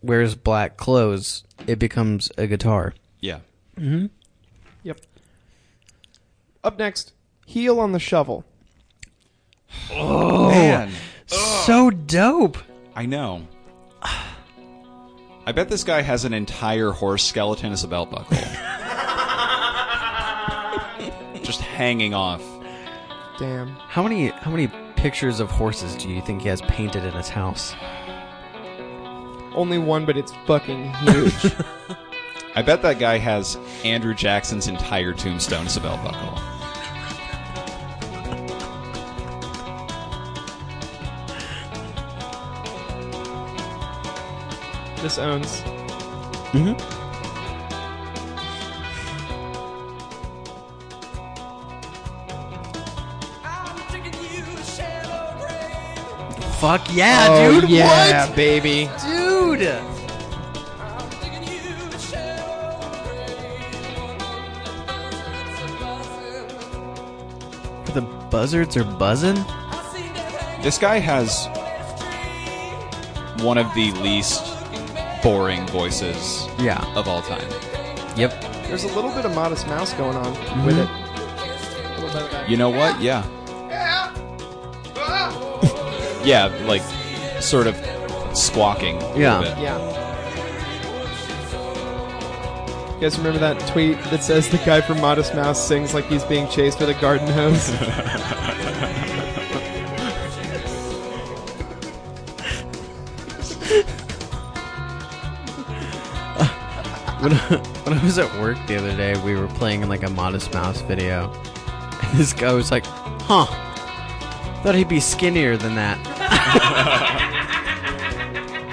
Speaker 4: wears black clothes, it becomes a guitar.
Speaker 2: Yeah.
Speaker 1: Yep. Up next, heel on the shovel.
Speaker 4: Oh.
Speaker 2: Man.
Speaker 4: So dope.
Speaker 2: I know. I bet this guy has an entire horse skeleton as a belt buckle. Just hanging off.
Speaker 1: Damn.
Speaker 4: How many how many pictures of horses do you think he has painted in his house?
Speaker 1: Only one, but it's fucking huge.
Speaker 2: I bet that guy has Andrew Jackson's entire tombstone as a belt buckle.
Speaker 1: this owns.
Speaker 4: Fuck Oh, yeah, dude.
Speaker 1: yeah, baby.
Speaker 4: Dude. The buzzards are buzzing.
Speaker 2: This guy has one of the least boring voices
Speaker 4: Yeah.
Speaker 2: of all time.
Speaker 4: Yep.
Speaker 1: There's a little bit of modest mouse going on with it. A little bit of that.
Speaker 2: You know what? Yeah. Yeah, like sort of squawking. a little
Speaker 4: Yeah.
Speaker 2: bit.
Speaker 1: Yeah. You guys remember that tweet that says the guy from Modest Mouse sings like he's being chased with a garden hose?
Speaker 4: when, when I was at work the other day, we were playing in like a Modest Mouse video. And this guy was like, huh, thought he'd be skinnier than that.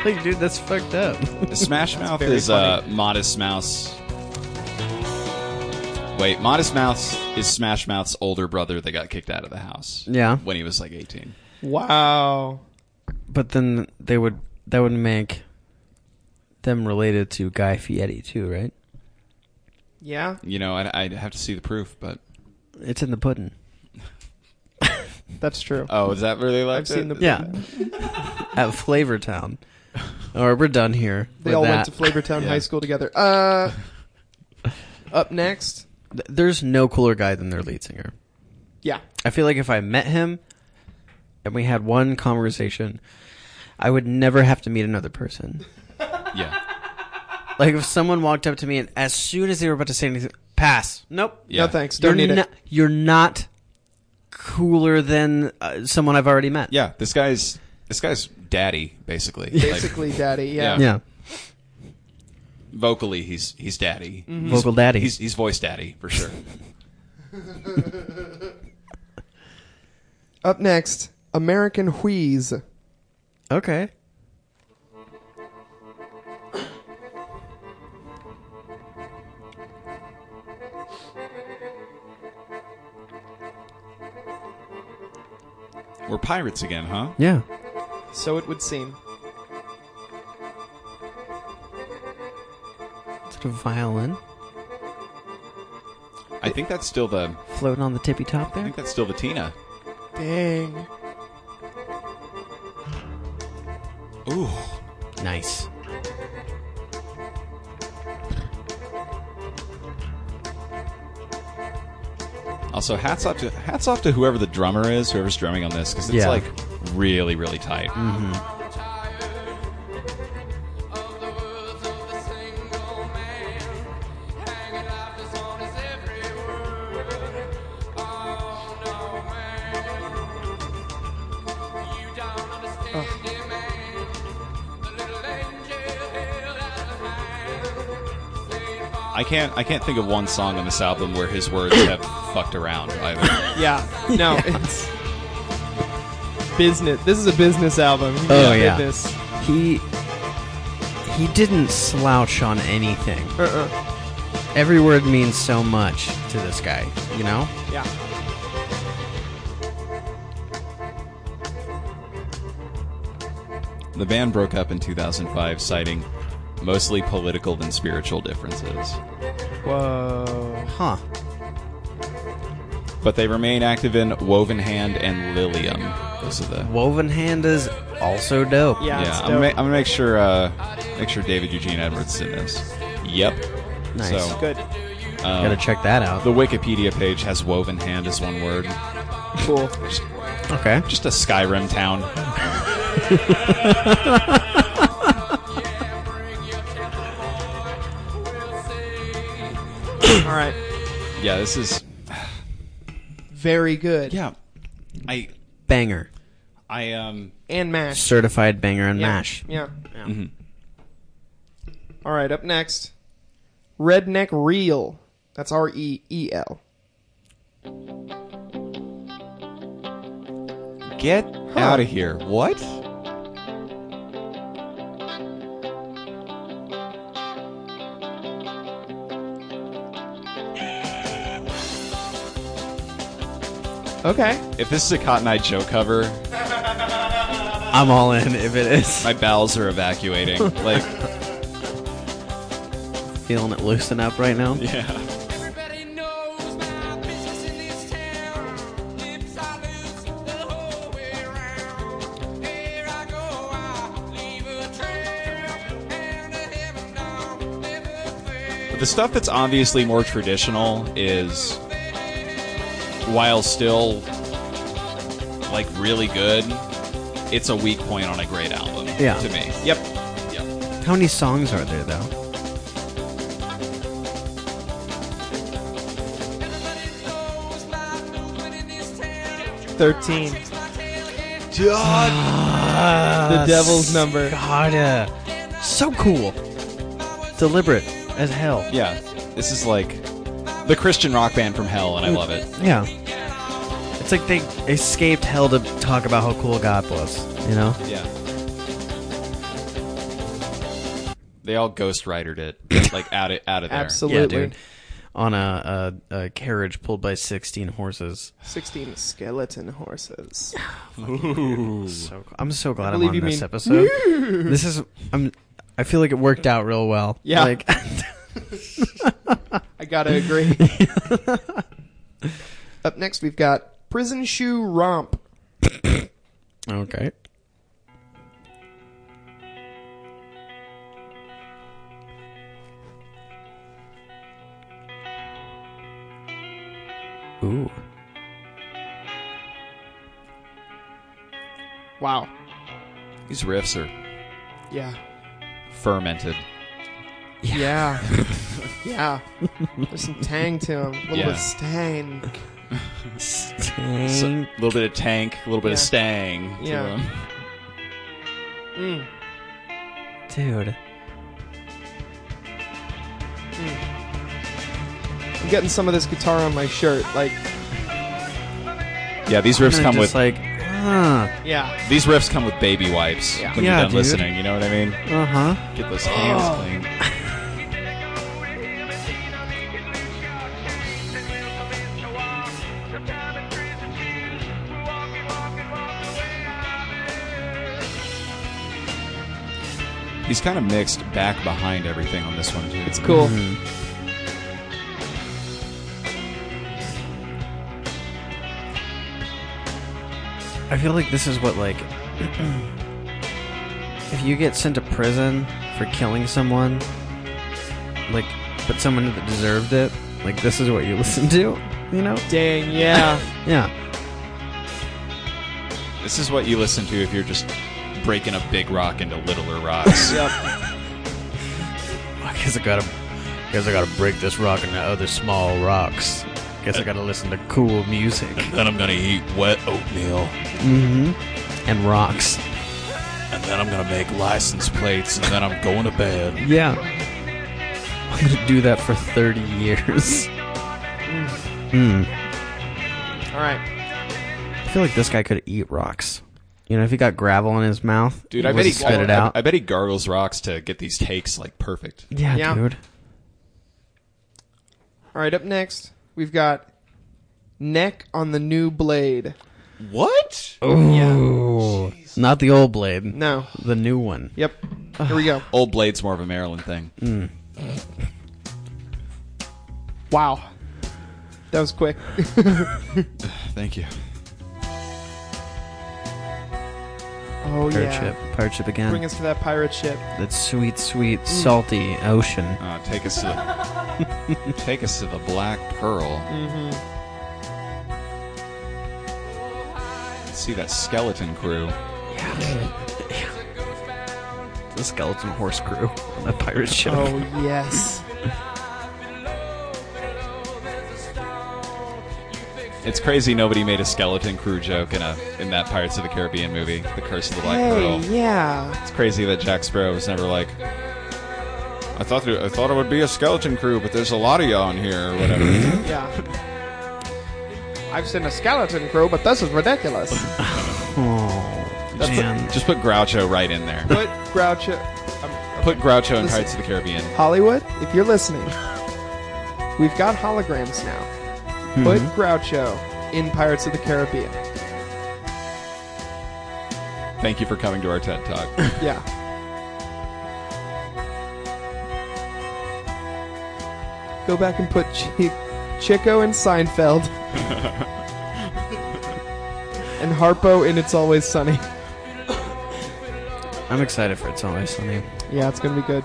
Speaker 4: like, dude, that's fucked up.
Speaker 2: Smash Mouth
Speaker 1: very
Speaker 2: is uh, Modest Mouse. Wait, Modest Mouse is Smash Mouth's older brother that got kicked out of the house.
Speaker 4: Yeah.
Speaker 2: When he was like 18.
Speaker 1: wow.
Speaker 4: But then they would, that would make them related to Guy Fieri too, right?
Speaker 1: Yeah.
Speaker 2: You know, I'd, I'd have to see the proof, but.
Speaker 4: It's in the pudding.
Speaker 1: That's true.
Speaker 2: Oh, is that really like
Speaker 1: I've seen the.
Speaker 4: Yeah. At Flavortown. All right, we're done here.
Speaker 1: They
Speaker 4: with
Speaker 1: all
Speaker 4: that.
Speaker 1: went to Flavortown High School together. Uh, up next.
Speaker 4: Th- There's no cooler guy than their lead singer.
Speaker 1: Yeah.
Speaker 4: I feel like if I met him and we had one conversation, I would never have to meet another person.
Speaker 2: Yeah.
Speaker 4: Like if someone walked up to me and as soon as they were about to say anything, pass. Nope.
Speaker 2: Yeah.
Speaker 1: No thanks. Don't
Speaker 4: you're
Speaker 1: need
Speaker 4: not,
Speaker 1: it.
Speaker 4: You're not cooler than uh, someone I've already met.
Speaker 2: Yeah, this guy's. This guy's daddy, basically. Like,
Speaker 1: Basically, Daddy. Yeah.
Speaker 2: Yeah.
Speaker 4: Yeah.
Speaker 2: vocally, he's he's daddy.
Speaker 1: Mm-hmm.
Speaker 4: Vocal daddy.
Speaker 2: He's he's voice daddy for sure.
Speaker 1: Up next, American Wheeze.
Speaker 4: okay.
Speaker 2: We're pirates again, huh?
Speaker 4: Yeah.
Speaker 1: So it would seem.
Speaker 4: Sort of violin
Speaker 2: I think that's still the
Speaker 4: floating on the tippy top
Speaker 2: I
Speaker 4: there.
Speaker 2: think that's still the Tina.
Speaker 1: Dang.
Speaker 2: Ooh.
Speaker 4: Nice.
Speaker 2: Also, hats off to hats off to whoever the drummer is, whoever's drumming on this, because it's
Speaker 4: Yeah.
Speaker 2: like really, really tight. I can't I can't think of one song on this album where his words have fucked around either.
Speaker 1: Yeah. No, it's business. This is a business album. He
Speaker 4: Oh,
Speaker 1: did
Speaker 4: yeah.
Speaker 1: This.
Speaker 4: He he didn't slouch on anything.
Speaker 1: Uh-uh.
Speaker 4: Every word means so much to this guy, you know?
Speaker 1: Yeah.
Speaker 2: The band broke up in 2005, citing mostly political than spiritual differences.
Speaker 1: Whoa.
Speaker 4: Huh.
Speaker 2: But they remain active in Woven Hand and Lilium. Those are the
Speaker 4: Woven Hand is also dope.
Speaker 1: Yeah. it's
Speaker 2: yeah. I'm
Speaker 1: dope.
Speaker 2: gonna, make, I'm gonna make sure uh, make sure David Eugene Edwards is in this. Yep.
Speaker 4: Nice.
Speaker 2: So
Speaker 1: Good.
Speaker 4: Gotta check that out.
Speaker 2: the Wikipedia page has Woven Hand as one word.
Speaker 1: Cool.
Speaker 4: Okay.
Speaker 2: Just a Skyrim town.
Speaker 1: All right.
Speaker 2: Yeah. This is
Speaker 1: Very good.
Speaker 2: yeah. I
Speaker 4: Banger.
Speaker 2: I um.
Speaker 1: And mash.
Speaker 4: Certified banger and
Speaker 1: Yeah.
Speaker 4: mash.
Speaker 1: Yeah. Mm-hmm. All right. Up next, Redneck Reel. That's R E E L.
Speaker 2: Get out of here. What?
Speaker 1: Okay.
Speaker 2: If this is a Cotton Eye Joe cover,
Speaker 4: I'm all in if it is.
Speaker 2: my bowels are evacuating. like,
Speaker 4: Feeling it loosen up right now.
Speaker 2: yeah.
Speaker 8: Everybody knows my business in this town. Lips I lose the whole way round. Here I go, I leave a trail. And a heaven down, never fail.
Speaker 2: The stuff that's obviously more traditional is, while still like really good, it's a weak point on a great album.
Speaker 4: Yeah.
Speaker 2: To me. Yep. Yep.
Speaker 4: How many songs are there though?
Speaker 8: Everybody knows my movement in this town.
Speaker 1: Thirteen.
Speaker 8: My tail end
Speaker 1: The devil's number.
Speaker 4: God, uh, so cool. Deliberate as hell.
Speaker 2: Yeah. This is like the Christian rock band from hell, and I love it.
Speaker 4: Yeah. It's like they escaped hell to talk about how cool God was, you know?
Speaker 2: Yeah. They all ghostwritered it, like out of out of there.
Speaker 1: Absolutely.
Speaker 4: Yeah, dude. On a, a, a carriage pulled by 16 horses.
Speaker 1: 16 skeleton horses.
Speaker 4: So, I'm so glad I'm
Speaker 1: believe
Speaker 4: on
Speaker 1: you
Speaker 4: this
Speaker 1: mean-
Speaker 4: episode. this is I'm I feel like it worked out real well.
Speaker 1: Yeah.
Speaker 4: Like
Speaker 1: I gotta agree. Up next, we've got Prison Shoe Romp.
Speaker 4: Okay. Ooh.
Speaker 1: Wow.
Speaker 2: These riffs are
Speaker 1: Yeah.
Speaker 2: fermented.
Speaker 1: Yeah. yeah. There's some tang to him. A little bit
Speaker 2: Yeah.
Speaker 1: of tang.
Speaker 2: So, a little bit of tank, a little
Speaker 1: Mm.
Speaker 2: bit
Speaker 1: Yeah.
Speaker 2: of stang. to
Speaker 1: Yeah.
Speaker 2: them.
Speaker 1: Mm.
Speaker 4: Dude.
Speaker 1: I'm getting some of this guitar on my shirt. Like,
Speaker 2: Yeah, these riffs
Speaker 4: Kinda
Speaker 2: come with
Speaker 4: just like uh
Speaker 1: yeah.
Speaker 2: these riffs come with baby wipes when
Speaker 4: Yeah,
Speaker 2: you're done
Speaker 4: dude. Uh-huh.
Speaker 2: listening. You know what I mean?
Speaker 4: huh.
Speaker 2: Get those hands
Speaker 1: Oh.
Speaker 2: clean. He's kind of mixed back behind everything on this one too.
Speaker 1: It's cool.
Speaker 4: Mm-hmm. I feel like this is what like if you get sent to prison for killing someone, like but someone that deserved it, like this is what you listen to, you know?
Speaker 1: Dang, yeah.
Speaker 4: Yeah. Mm-hmm.
Speaker 2: This is what you listen to if you're just breaking up big rock into littler rocks.
Speaker 9: I guess I gotta, guess I gotta break this rock into other small rocks. Guess I gotta listen to cool music
Speaker 5: Then I'm gonna eat wet oatmeal,
Speaker 4: And rocks.
Speaker 5: and then I'm gonna make license plates, and then I'm going to bed.
Speaker 4: Yeah. I'm gonna do that for 30 years.
Speaker 1: All right.
Speaker 4: I feel like this guy could eat rocks. You know, if he got gravel in his mouth,
Speaker 2: Dude, I bet he
Speaker 4: wouldn't spit it out.
Speaker 2: I, I bet he gargles rocks to get these takes like perfect.
Speaker 4: yeah,
Speaker 1: Yeah.
Speaker 4: dude.
Speaker 1: All right, up next, we've got Neck on the New Blade.
Speaker 2: What?
Speaker 4: Ooh, not the old blade,
Speaker 1: No.
Speaker 4: the new one.
Speaker 1: Yep. Here we go.
Speaker 2: Old blade's more of a Maryland thing.
Speaker 1: Wow. That was quick.
Speaker 2: Thank you.
Speaker 1: Oh,
Speaker 4: Pirate
Speaker 1: yeah.
Speaker 4: ship, pirate ship
Speaker 1: Bring Mm.
Speaker 4: again.
Speaker 1: us to that pirate ship.
Speaker 4: That sweet, sweet, salty ocean.
Speaker 2: Uh, take us to the, take us to the Black Pearl. Mm-hmm. See that skeleton crew.
Speaker 4: The skeleton horse crew on a pirate ship.
Speaker 1: Oh, yes.
Speaker 2: It's crazy nobody made a skeleton crew joke in a in that Pirates of the Caribbean movie, The Curse of the Black
Speaker 1: Hey,
Speaker 2: Pearl.
Speaker 1: yeah.
Speaker 2: It's crazy that Jack Sparrow was never like. I thought there, I thought it would be a skeleton crew, but there's a lot of you on here or
Speaker 1: Mm-hmm.
Speaker 2: whatever.
Speaker 1: Yeah. I've seen a skeleton crew, but this is ridiculous.
Speaker 2: That's the-
Speaker 4: Man.
Speaker 2: just put Groucho right in there.
Speaker 1: Put Groucho.
Speaker 2: Put Groucho in
Speaker 1: Listen.
Speaker 2: Pirates of the Caribbean.
Speaker 1: Hollywood, if you're listening, we've got holograms now. Put Groucho in Pirates of the Caribbean.
Speaker 2: Thank you for coming to our TED Talk.
Speaker 1: Yeah. Go back and put Chi Chico in Seinfeld. and Harpo in It's Always Sunny.
Speaker 4: I'm excited for It's Always Sunny.
Speaker 1: Yeah, it's gonna be good.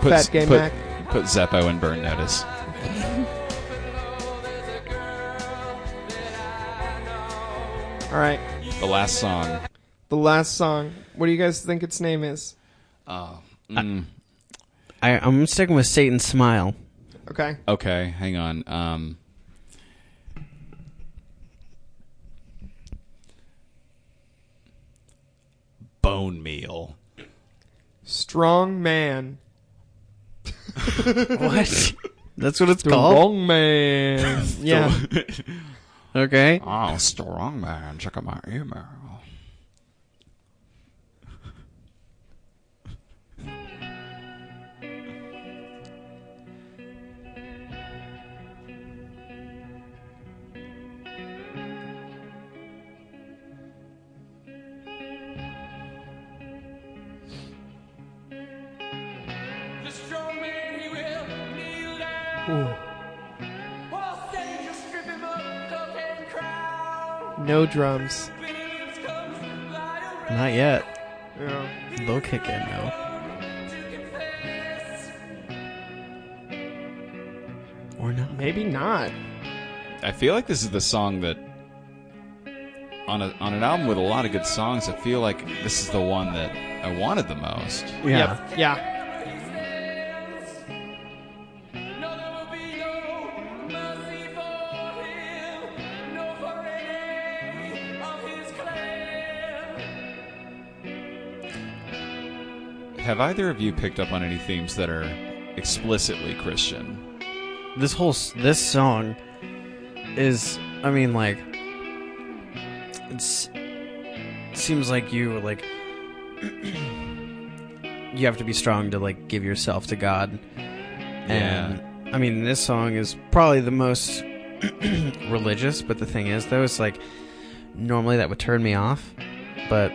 Speaker 2: Put,
Speaker 1: Fat Game
Speaker 2: put,
Speaker 1: Mac.
Speaker 2: put Zeppo in Burn Notice.
Speaker 1: All right,
Speaker 2: The last song.
Speaker 1: the last song. What do you guys think its name is?
Speaker 4: I, I'm sticking with Satan's Smile.
Speaker 1: Okay.
Speaker 2: Okay, hang on. Um, bone meal.
Speaker 1: Strong man.
Speaker 4: What? That's what it's called.
Speaker 1: Strong man. Yeah.
Speaker 4: Okay.
Speaker 2: Oh, strong man. Check out my email.
Speaker 8: The strong man he will kneel down. While Satan strip him of coat and crown.
Speaker 1: No drums.
Speaker 8: Billions comes right around
Speaker 4: Not yet.
Speaker 1: Yeah.
Speaker 4: They'll kick in though,
Speaker 8: to confess.
Speaker 4: or not.
Speaker 1: Maybe not.
Speaker 2: I feel like this is the song that on a on an album with a lot of good songs. I feel like this is the one that I wanted the most.
Speaker 4: Yeah.
Speaker 1: Yep. Yeah.
Speaker 8: No, there will be no mercy for him. No for any of his clan.
Speaker 2: Have either of you picked up on any themes that are explicitly Christian?
Speaker 4: this whole s- this song is i mean like it's seems like you like you have to be strong to like give yourself to god and i mean this song is probably the most religious but the thing is though it's like normally that would turn me off but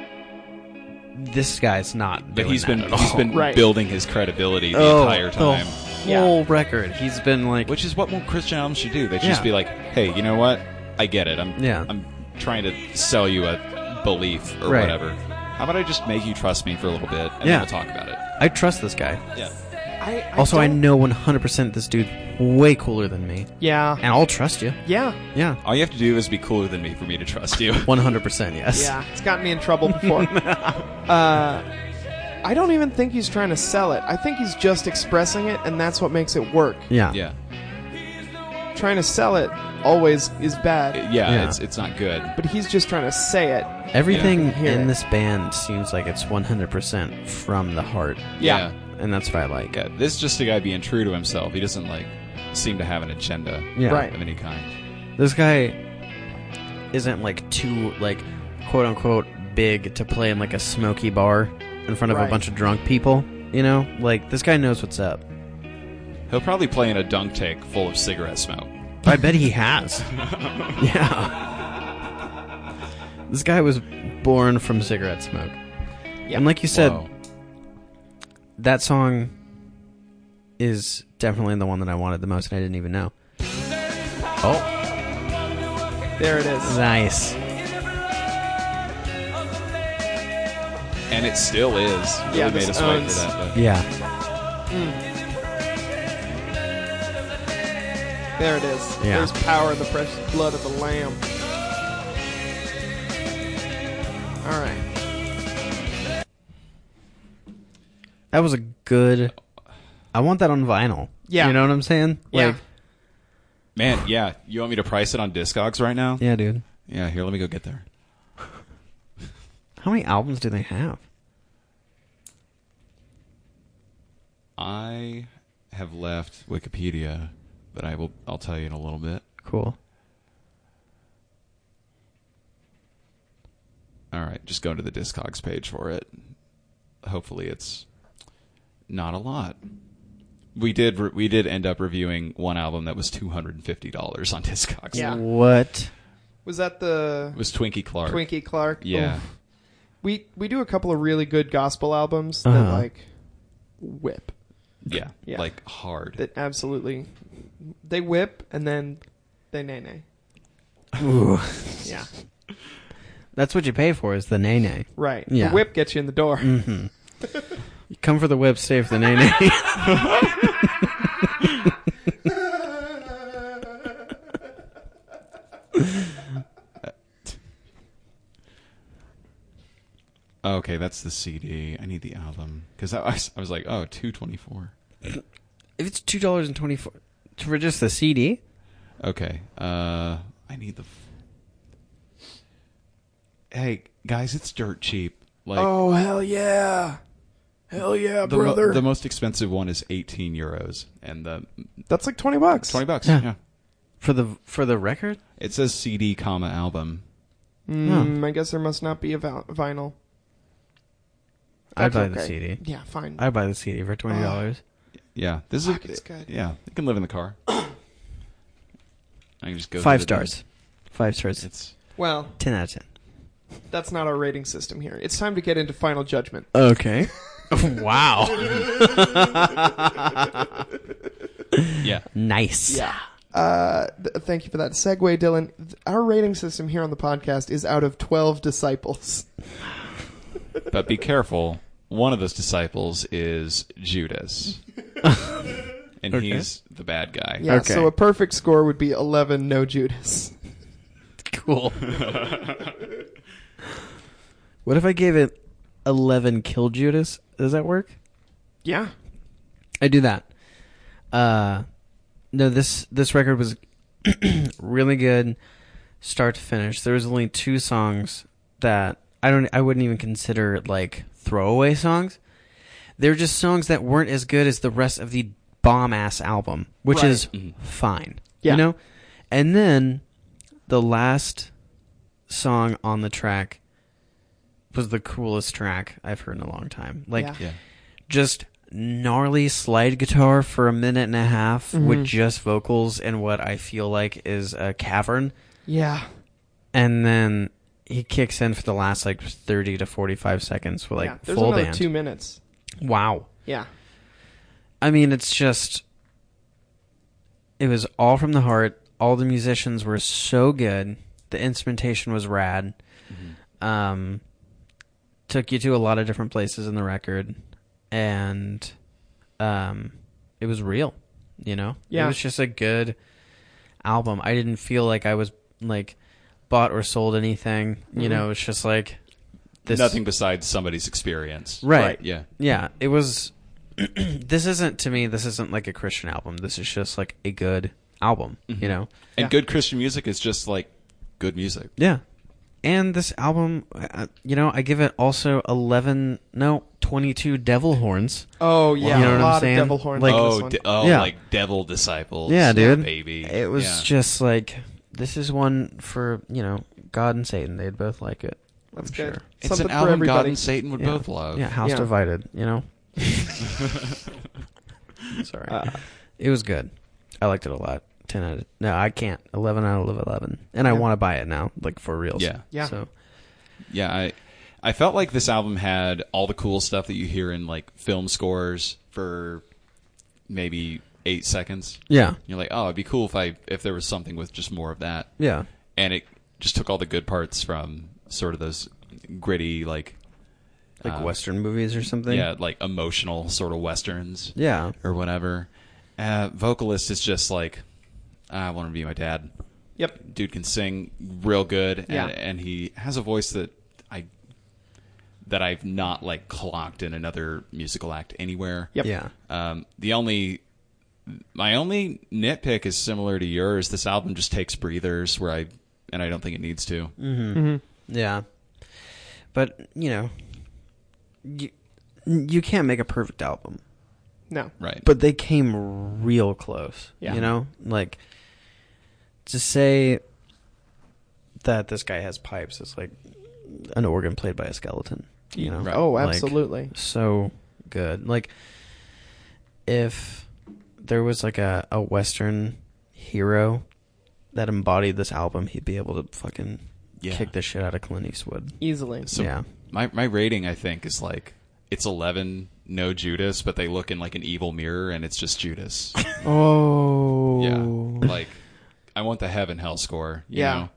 Speaker 4: this guy's not.
Speaker 2: But
Speaker 4: doing
Speaker 2: he's
Speaker 4: that
Speaker 2: been
Speaker 4: at all.
Speaker 2: he's been
Speaker 1: Right.
Speaker 2: building his credibility the
Speaker 4: Oh,
Speaker 2: entire time,
Speaker 4: The whole record. He's been like,
Speaker 2: which is what more Christian albums should do. They should just
Speaker 4: Yeah.
Speaker 2: be like, "Hey, you know what? I get it. I'm
Speaker 4: Yeah.
Speaker 2: I'm trying to sell you a belief or
Speaker 4: Right.
Speaker 2: whatever. How about I just make you trust me for a little bit and then
Speaker 4: Yeah.
Speaker 2: we'll talk about it."
Speaker 4: I trust this guy.
Speaker 2: Yeah.
Speaker 4: also, I know 100% this dude's way cooler than me,
Speaker 1: Yeah.
Speaker 4: and I'll trust you.
Speaker 1: Yeah.
Speaker 4: Yeah,
Speaker 2: All you have to do is be cooler than me for me to trust you.
Speaker 4: 100%. Yes.
Speaker 1: Yeah, it's gotten me in trouble before. uh, I don't even think he's trying to sell it. I think he's just expressing it, and that's what makes it work.
Speaker 4: Yeah.
Speaker 2: yeah.
Speaker 1: Trying to sell it always is bad,
Speaker 2: Yeah,
Speaker 4: Yeah.
Speaker 2: it's it's not good.
Speaker 1: but he's just trying to say it.
Speaker 4: Everything
Speaker 1: hear
Speaker 4: in
Speaker 1: it.
Speaker 4: this band seems like it's 100% from the heart,
Speaker 1: Yeah.
Speaker 4: and that's what I like.
Speaker 2: Yeah, this is just a guy being true to himself. He doesn't like seem to have an agenda
Speaker 4: Yeah.
Speaker 1: Right.
Speaker 2: of any kind.
Speaker 4: This guy isn't like too like quote unquote big to play in like a smoky bar in front of
Speaker 1: Right.
Speaker 4: a bunch of drunk people, you know? Like this guy knows what's up.
Speaker 2: He'll probably play in a dunk tank full of cigarette smoke.
Speaker 4: I bet he has. yeah. This guy was born from cigarette smoke. And like you said,
Speaker 2: Whoa.
Speaker 4: that song is definitely the one that I wanted the most and I didn't even know. Oh,
Speaker 1: There it is.
Speaker 4: nice.
Speaker 2: and it still is. Really
Speaker 1: Yeah,
Speaker 2: made
Speaker 1: this
Speaker 2: us wait for
Speaker 1: owns-
Speaker 2: that. But
Speaker 4: Yeah.
Speaker 1: There it is.
Speaker 4: Yeah.
Speaker 1: There's power in the precious blood of the Lamb. All right.
Speaker 4: That was a good I want that on vinyl.
Speaker 1: Yeah.
Speaker 4: You know what I'm saying?
Speaker 1: Yeah.
Speaker 4: Like
Speaker 2: man, yeah, you want me to price it on Discogs right now?
Speaker 4: Yeah, dude.
Speaker 2: Yeah, here, let me go get there.
Speaker 4: How many albums do they have?
Speaker 2: I have left Wikipedia, but I will. I'll tell you in a little bit.
Speaker 4: Cool.
Speaker 2: All right, just go to the Discogs page for it. Hopefully, it's not a lot. We did re- we did end up reviewing one album that was two hundred and fifty dollars on Discogs.
Speaker 1: Yeah.
Speaker 4: What?
Speaker 1: Was that the
Speaker 2: it was Twinkie Clark.
Speaker 1: Twinkie Clark?
Speaker 2: Yeah,
Speaker 1: Oof. We we do a couple of really good gospel albums that
Speaker 4: Uh-huh.
Speaker 1: like whip.
Speaker 2: yeah,
Speaker 1: Yeah.
Speaker 2: like hard.
Speaker 1: That absolutely they whip and then they nay nay.
Speaker 4: Ooh.
Speaker 1: Yeah.
Speaker 4: That's what you pay for is the nay nay.
Speaker 1: Right.
Speaker 4: Yeah. Mm.
Speaker 1: The whip gets you in the door.
Speaker 4: You come for the whip, stay for the nay nay.
Speaker 2: Oh, okay, that's the CD. I need the album because I, was- I was like, oh, two twenty four.
Speaker 4: if it's two dollars and twenty four for just the CD,
Speaker 2: Okay. Uh, I need the. F- hey guys, it's dirt cheap. Like
Speaker 1: Oh hell yeah. Hell yeah,
Speaker 2: the, mo-
Speaker 1: brother.
Speaker 2: the most expensive one is eighteen euros, and the
Speaker 1: That's like 20 bucks.
Speaker 2: twenty bucks.
Speaker 4: Yeah.
Speaker 2: yeah.
Speaker 4: for the for the record,
Speaker 2: It says CD, comma album.
Speaker 1: Mm, I guess there must not be a val- vinyl.
Speaker 4: I'd buy
Speaker 1: That's
Speaker 4: the
Speaker 1: okay. Oh.
Speaker 4: CD.
Speaker 1: Yeah, fine.
Speaker 4: I'd buy the CD for twenty dollars.
Speaker 2: Yeah, this
Speaker 1: Fuck,
Speaker 2: is.
Speaker 1: it's good.
Speaker 2: Yeah, you can live in the car. I can just go
Speaker 4: Five
Speaker 2: through the-
Speaker 4: stars. Five stars.
Speaker 2: It's
Speaker 1: Well,
Speaker 4: Ten out of ten.
Speaker 1: that's not our rating system here. It's time to get into final judgment.
Speaker 4: Okay. wow.
Speaker 2: yeah.
Speaker 4: Nice.
Speaker 1: Uh, th- thank you for that segue, Dylan. Th- Our rating system here on the podcast is out of 12 disciples.
Speaker 2: But be careful. One of those disciples is Judas, and he's the bad guy.
Speaker 1: Yeah,
Speaker 4: Okay.
Speaker 1: so a perfect score would be 11, no Judas.
Speaker 4: Cool. what if I gave it eleven kill Judas? Does that work?
Speaker 1: Yeah.
Speaker 4: I do that. Uh, no, this this record was really good, start to finish. There was only two songs that I don't, I wouldn't even consider like throwaway songs. They're just songs that weren't as good as the rest of the bomb ass album, which
Speaker 1: Right. Mm-hmm.
Speaker 4: is fine,
Speaker 1: Yeah.
Speaker 4: you know. And then the last song on the track was the coolest track I've heard in a long time. Like
Speaker 1: Yeah.
Speaker 2: Yeah.
Speaker 4: just gnarly slide guitar for a minute and a half
Speaker 1: Mm-hmm.
Speaker 4: with just vocals in what I feel like is a cavern.
Speaker 1: Yeah.
Speaker 4: And then he kicks in for the last like 30 to 45 seconds with like
Speaker 1: yeah, there's
Speaker 4: full
Speaker 1: another
Speaker 4: band.
Speaker 1: two minutes.
Speaker 4: wow.
Speaker 1: Yeah,
Speaker 4: I mean, it's just it was all from the heart. All the musicians were so good. The instrumentation was rad. Um, took you to a lot of different places in the record, and um, it was real. You know,
Speaker 1: Yeah.
Speaker 4: it was just a good album. I didn't feel like I was like bought or sold anything. You know, it's just like this
Speaker 2: Nothing besides somebody's experience.
Speaker 4: right
Speaker 2: Yeah.
Speaker 4: yeah it was this isn't to me this isn't like a christian album this is just like a good album
Speaker 2: Mm-hmm.
Speaker 4: you know
Speaker 2: And good Christian music is just like good music.
Speaker 4: yeah and this album uh, you know i give it also 11 no 22 devil horns
Speaker 1: Oh yeah,
Speaker 4: You know what
Speaker 1: a
Speaker 4: I'm
Speaker 1: lot
Speaker 4: saying?
Speaker 1: of devil horns.
Speaker 4: Like-
Speaker 1: on this
Speaker 2: oh,
Speaker 1: one.
Speaker 2: di- oh,
Speaker 4: Yeah.
Speaker 2: like devil disciples.
Speaker 4: yeah dude
Speaker 2: baby.
Speaker 4: it was
Speaker 2: Yeah.
Speaker 4: just like this is one for you know god and satan they'd both like it
Speaker 1: That's
Speaker 4: i'm
Speaker 1: good.
Speaker 4: sure
Speaker 2: It's
Speaker 1: Something
Speaker 2: an
Speaker 1: for
Speaker 2: album God
Speaker 1: everybody.
Speaker 2: and Satan would
Speaker 4: Yeah.
Speaker 2: both love.
Speaker 4: yeah house
Speaker 1: Yeah.
Speaker 4: divided you know sorry
Speaker 2: Uh,
Speaker 1: Uh,
Speaker 4: it was good i liked it a lot 10 out of no i can't 11 out of 11 and i
Speaker 1: Yeah.
Speaker 4: want to buy it now like for real
Speaker 2: Yeah.
Speaker 1: Yeah.
Speaker 4: so
Speaker 2: Yeah, I I felt like this album had all the cool stuff that you hear in like film scores for maybe eight seconds.
Speaker 4: yeah
Speaker 2: You're like, oh, it'd be cool if I if there was something with just more of that.
Speaker 4: yeah
Speaker 2: And it just took all the good parts from sort of those gritty, like
Speaker 4: like
Speaker 2: Uh,
Speaker 4: western movies or something
Speaker 2: yeah, like emotional sort of westerns.
Speaker 4: yeah
Speaker 2: Or whatever. Uh, vocalist is just like I want to be my dad.
Speaker 1: Yep.
Speaker 2: dude can sing real good and,
Speaker 1: Yeah.
Speaker 2: and he has a voice that I that I've not like clocked in another musical act anywhere.
Speaker 1: Yep.
Speaker 4: yeah
Speaker 2: Um, the only my only nitpick is similar to yours. This album just takes breathers where I and I don't think it needs to.
Speaker 1: Mm.
Speaker 4: yeah but you know you, you can't make a perfect album
Speaker 1: No.
Speaker 2: Right.
Speaker 4: but they came real close.
Speaker 1: Yeah.
Speaker 4: You know, like to say that this guy has pipes is like an organ played by a skeleton. You know,
Speaker 2: Right.
Speaker 1: Oh,
Speaker 4: Like,
Speaker 1: absolutely.
Speaker 4: so good. Like if there was like a, a Western hero that embodied this album, he'd be able to fucking
Speaker 2: Yeah.
Speaker 4: kick the shit out of Clint Eastwood.
Speaker 1: Easily.
Speaker 2: so
Speaker 4: yeah.
Speaker 2: my my rating I think is like it's 11 no Judas but they look in like an evil mirror and it's just Judas.
Speaker 1: Oh.
Speaker 2: yeah. Like I want the heaven hell score, you
Speaker 1: Yeah.
Speaker 2: know.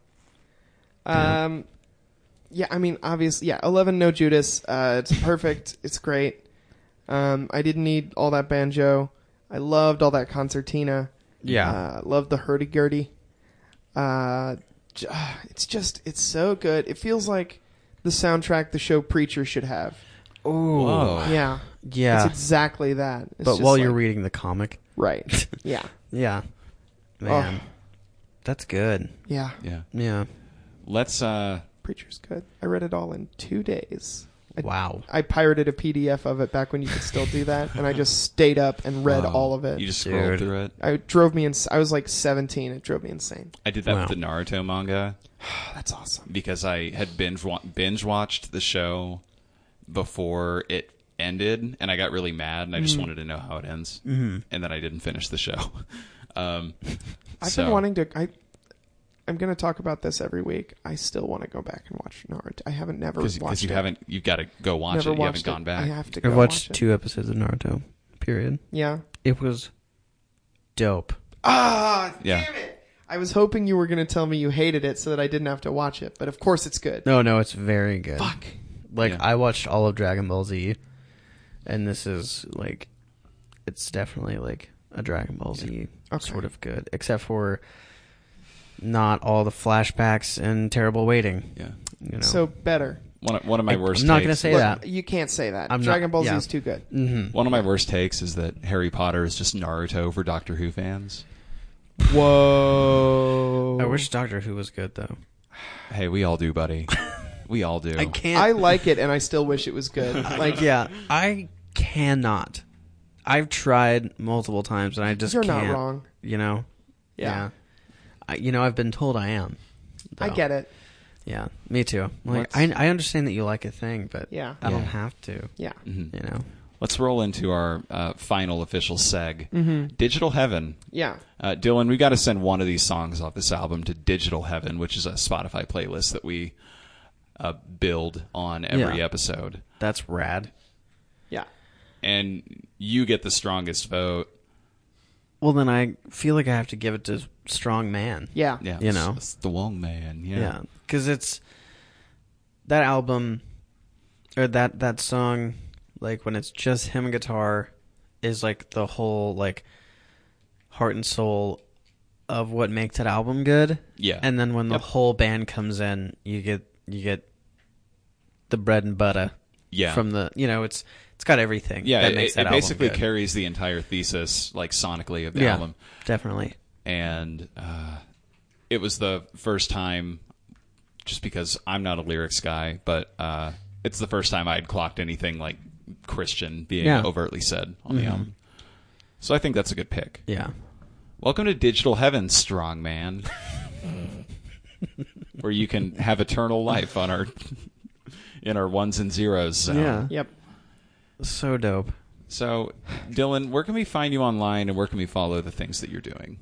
Speaker 1: Um, yeah, I mean, obviously, yeah, 11 No Judas. Uh, it's perfect. it's great. Um, I didn't need all that banjo. I loved all that concertina.
Speaker 4: Yeah.
Speaker 1: Uh, loved the hurdy-gurdy. Uh, j- ah, it's just, it's so good. It feels like the soundtrack the show Preacher should have.
Speaker 4: Ooh.
Speaker 2: Whoa.
Speaker 1: Yeah.
Speaker 4: Yeah.
Speaker 1: It's exactly that. It's
Speaker 4: but
Speaker 1: just
Speaker 4: while you're
Speaker 1: like-
Speaker 4: reading the comic.
Speaker 1: Right. Yeah.
Speaker 4: Yeah.
Speaker 1: Oh.
Speaker 4: Man. That's good.
Speaker 1: Yeah.
Speaker 2: Yeah.
Speaker 4: Yeah.
Speaker 2: Let's uh
Speaker 1: Preacher's good. I read it all in two days. I
Speaker 4: Wow.
Speaker 1: I pirated a PDF of it back when you could still do that, and I just stayed up and read
Speaker 2: Wow.
Speaker 1: all of it.
Speaker 2: um, You just scroll
Speaker 4: Dude.
Speaker 2: through it.
Speaker 1: I it drove me ins- I was like 17. It drove me insane.
Speaker 2: I did that
Speaker 4: Wow.
Speaker 2: with the Naruto manga
Speaker 1: Oh, that's awesome.
Speaker 2: because I had binge wa- binge watched the show before it ended, and I got really mad, and I
Speaker 4: Mm.
Speaker 2: just wanted to know how it ends, mm-hmm. and then I didn't finish the show. Um,
Speaker 1: I've
Speaker 2: so-
Speaker 1: been wanting to. I, I'm going to talk about this every week. I still want to go back and watch Naruto. I haven't never watched
Speaker 2: because you
Speaker 1: it.
Speaker 2: haven't you've got to go watch
Speaker 1: never
Speaker 2: it. You haven't
Speaker 1: watched
Speaker 2: gone
Speaker 1: it.
Speaker 2: back.
Speaker 1: I have to. Go
Speaker 4: I've watched
Speaker 1: watch it.
Speaker 4: two episodes of Naruto. Period.
Speaker 1: Yeah.
Speaker 4: It was dope.
Speaker 1: Ah,
Speaker 2: Yeah.
Speaker 1: damn it! I was hoping you were going to tell me you hated it so that I didn't have to watch it, but of course it's good.
Speaker 4: No, no, it's very good.
Speaker 1: Fuck.
Speaker 4: Like
Speaker 2: Yeah.
Speaker 4: I watched all of Dragon Ball Z, and this is like, it's definitely like a Dragon Ball Z
Speaker 1: Okay.
Speaker 4: sort of good, except for not all the flashbacks and terrible waiting.
Speaker 2: Yeah,
Speaker 4: You know.
Speaker 1: So better.
Speaker 2: one of, one of my
Speaker 4: I'm
Speaker 2: worst.
Speaker 4: not
Speaker 2: takes,
Speaker 4: gonna say
Speaker 1: Look,
Speaker 4: that.
Speaker 1: You can't say that.
Speaker 4: I'm not-
Speaker 1: Dragon Ball
Speaker 4: yeah.
Speaker 1: Z is too good.
Speaker 4: Mm-hmm.
Speaker 2: One of my worst takes is that Harry Potter is just Naruto for Doctor Who fans.
Speaker 1: Whoa.
Speaker 4: I wish Doctor Who was good though. Oh.
Speaker 2: Hey, we all do, buddy. we all do.
Speaker 4: I can't.
Speaker 1: I like it, and I still wish it was good. Like,
Speaker 4: yeah, I cannot. I've tried multiple times, and I just
Speaker 1: You're not
Speaker 4: can't.
Speaker 1: wrong.
Speaker 4: You know.
Speaker 1: Yeah.
Speaker 4: I, you know, I've been told I am.
Speaker 1: I
Speaker 4: though.
Speaker 1: get it.
Speaker 4: Yeah, me too. Like,
Speaker 1: Let's-
Speaker 4: I I understand that you like a thing, but
Speaker 1: Yeah.
Speaker 4: I don't
Speaker 2: Yeah.
Speaker 4: have to.
Speaker 1: Yeah.
Speaker 4: You know.
Speaker 2: Let's roll into our uh, final official seg.
Speaker 4: Mm-hmm.
Speaker 2: Digital Heaven.
Speaker 1: Yeah.
Speaker 2: Uh, Dylan, we got to send one of these songs off this album to Digital Heaven, which is a Spotify playlist that we uh, build on every
Speaker 4: Yeah.
Speaker 2: episode.
Speaker 4: That's rad.
Speaker 1: Yeah.
Speaker 2: And you get the strongest vote.
Speaker 4: Well, then I feel like I have to give it to Strong Man.
Speaker 1: Yeah.
Speaker 2: Yeah,
Speaker 4: You
Speaker 2: it's-
Speaker 4: know.
Speaker 2: it's the Wong man. Yeah.
Speaker 4: Yeah, because it's that album or that that song, like when it's just him and guitar, is like the whole like heart and soul of what makes that album good.
Speaker 2: Yeah.
Speaker 4: and then when the whole band comes in, you get you get the bread and butter.
Speaker 2: Yeah.
Speaker 4: from the you know it's it's got everything.
Speaker 2: Yeah,
Speaker 4: that
Speaker 2: it,
Speaker 4: makes
Speaker 2: it
Speaker 4: that album
Speaker 2: basically
Speaker 4: good.
Speaker 2: carries the entire thesis, like sonically, of the
Speaker 4: yeah,
Speaker 2: album.
Speaker 4: definitely.
Speaker 2: and uh, it was the first time just because i'm not a lyrics guy but uh, it's the first time i had clocked anything like christian being
Speaker 4: Yeah. Mm-hmm.
Speaker 2: overtly said on the album so i think that's a good pick
Speaker 4: Yeah.
Speaker 2: welcome to digital heaven strong man where you can have eternal life on our in our ones and zeros zone.
Speaker 4: Yeah.
Speaker 1: Yep.
Speaker 4: So dope.
Speaker 2: so dylan where can we find you online and where can we follow the things that you're doing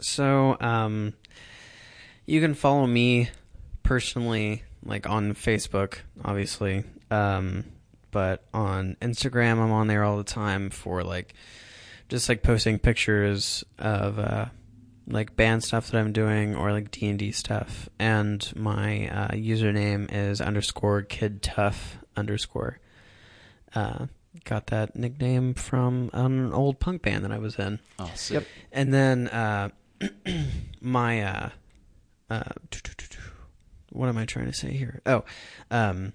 Speaker 4: So, um, you can follow me personally, like on Facebook, obviously. Um, but on Instagram, I'm on there all the time for like just like posting pictures of uh, like band stuff that I'm doing or like D and D stuff. And my uh, username is underscore kid tough underscore. Uh, got that nickname from an old punk band that I was in.
Speaker 2: oh sick.
Speaker 4: And then uh, my uh, uh, what am I trying to say here? Oh, um,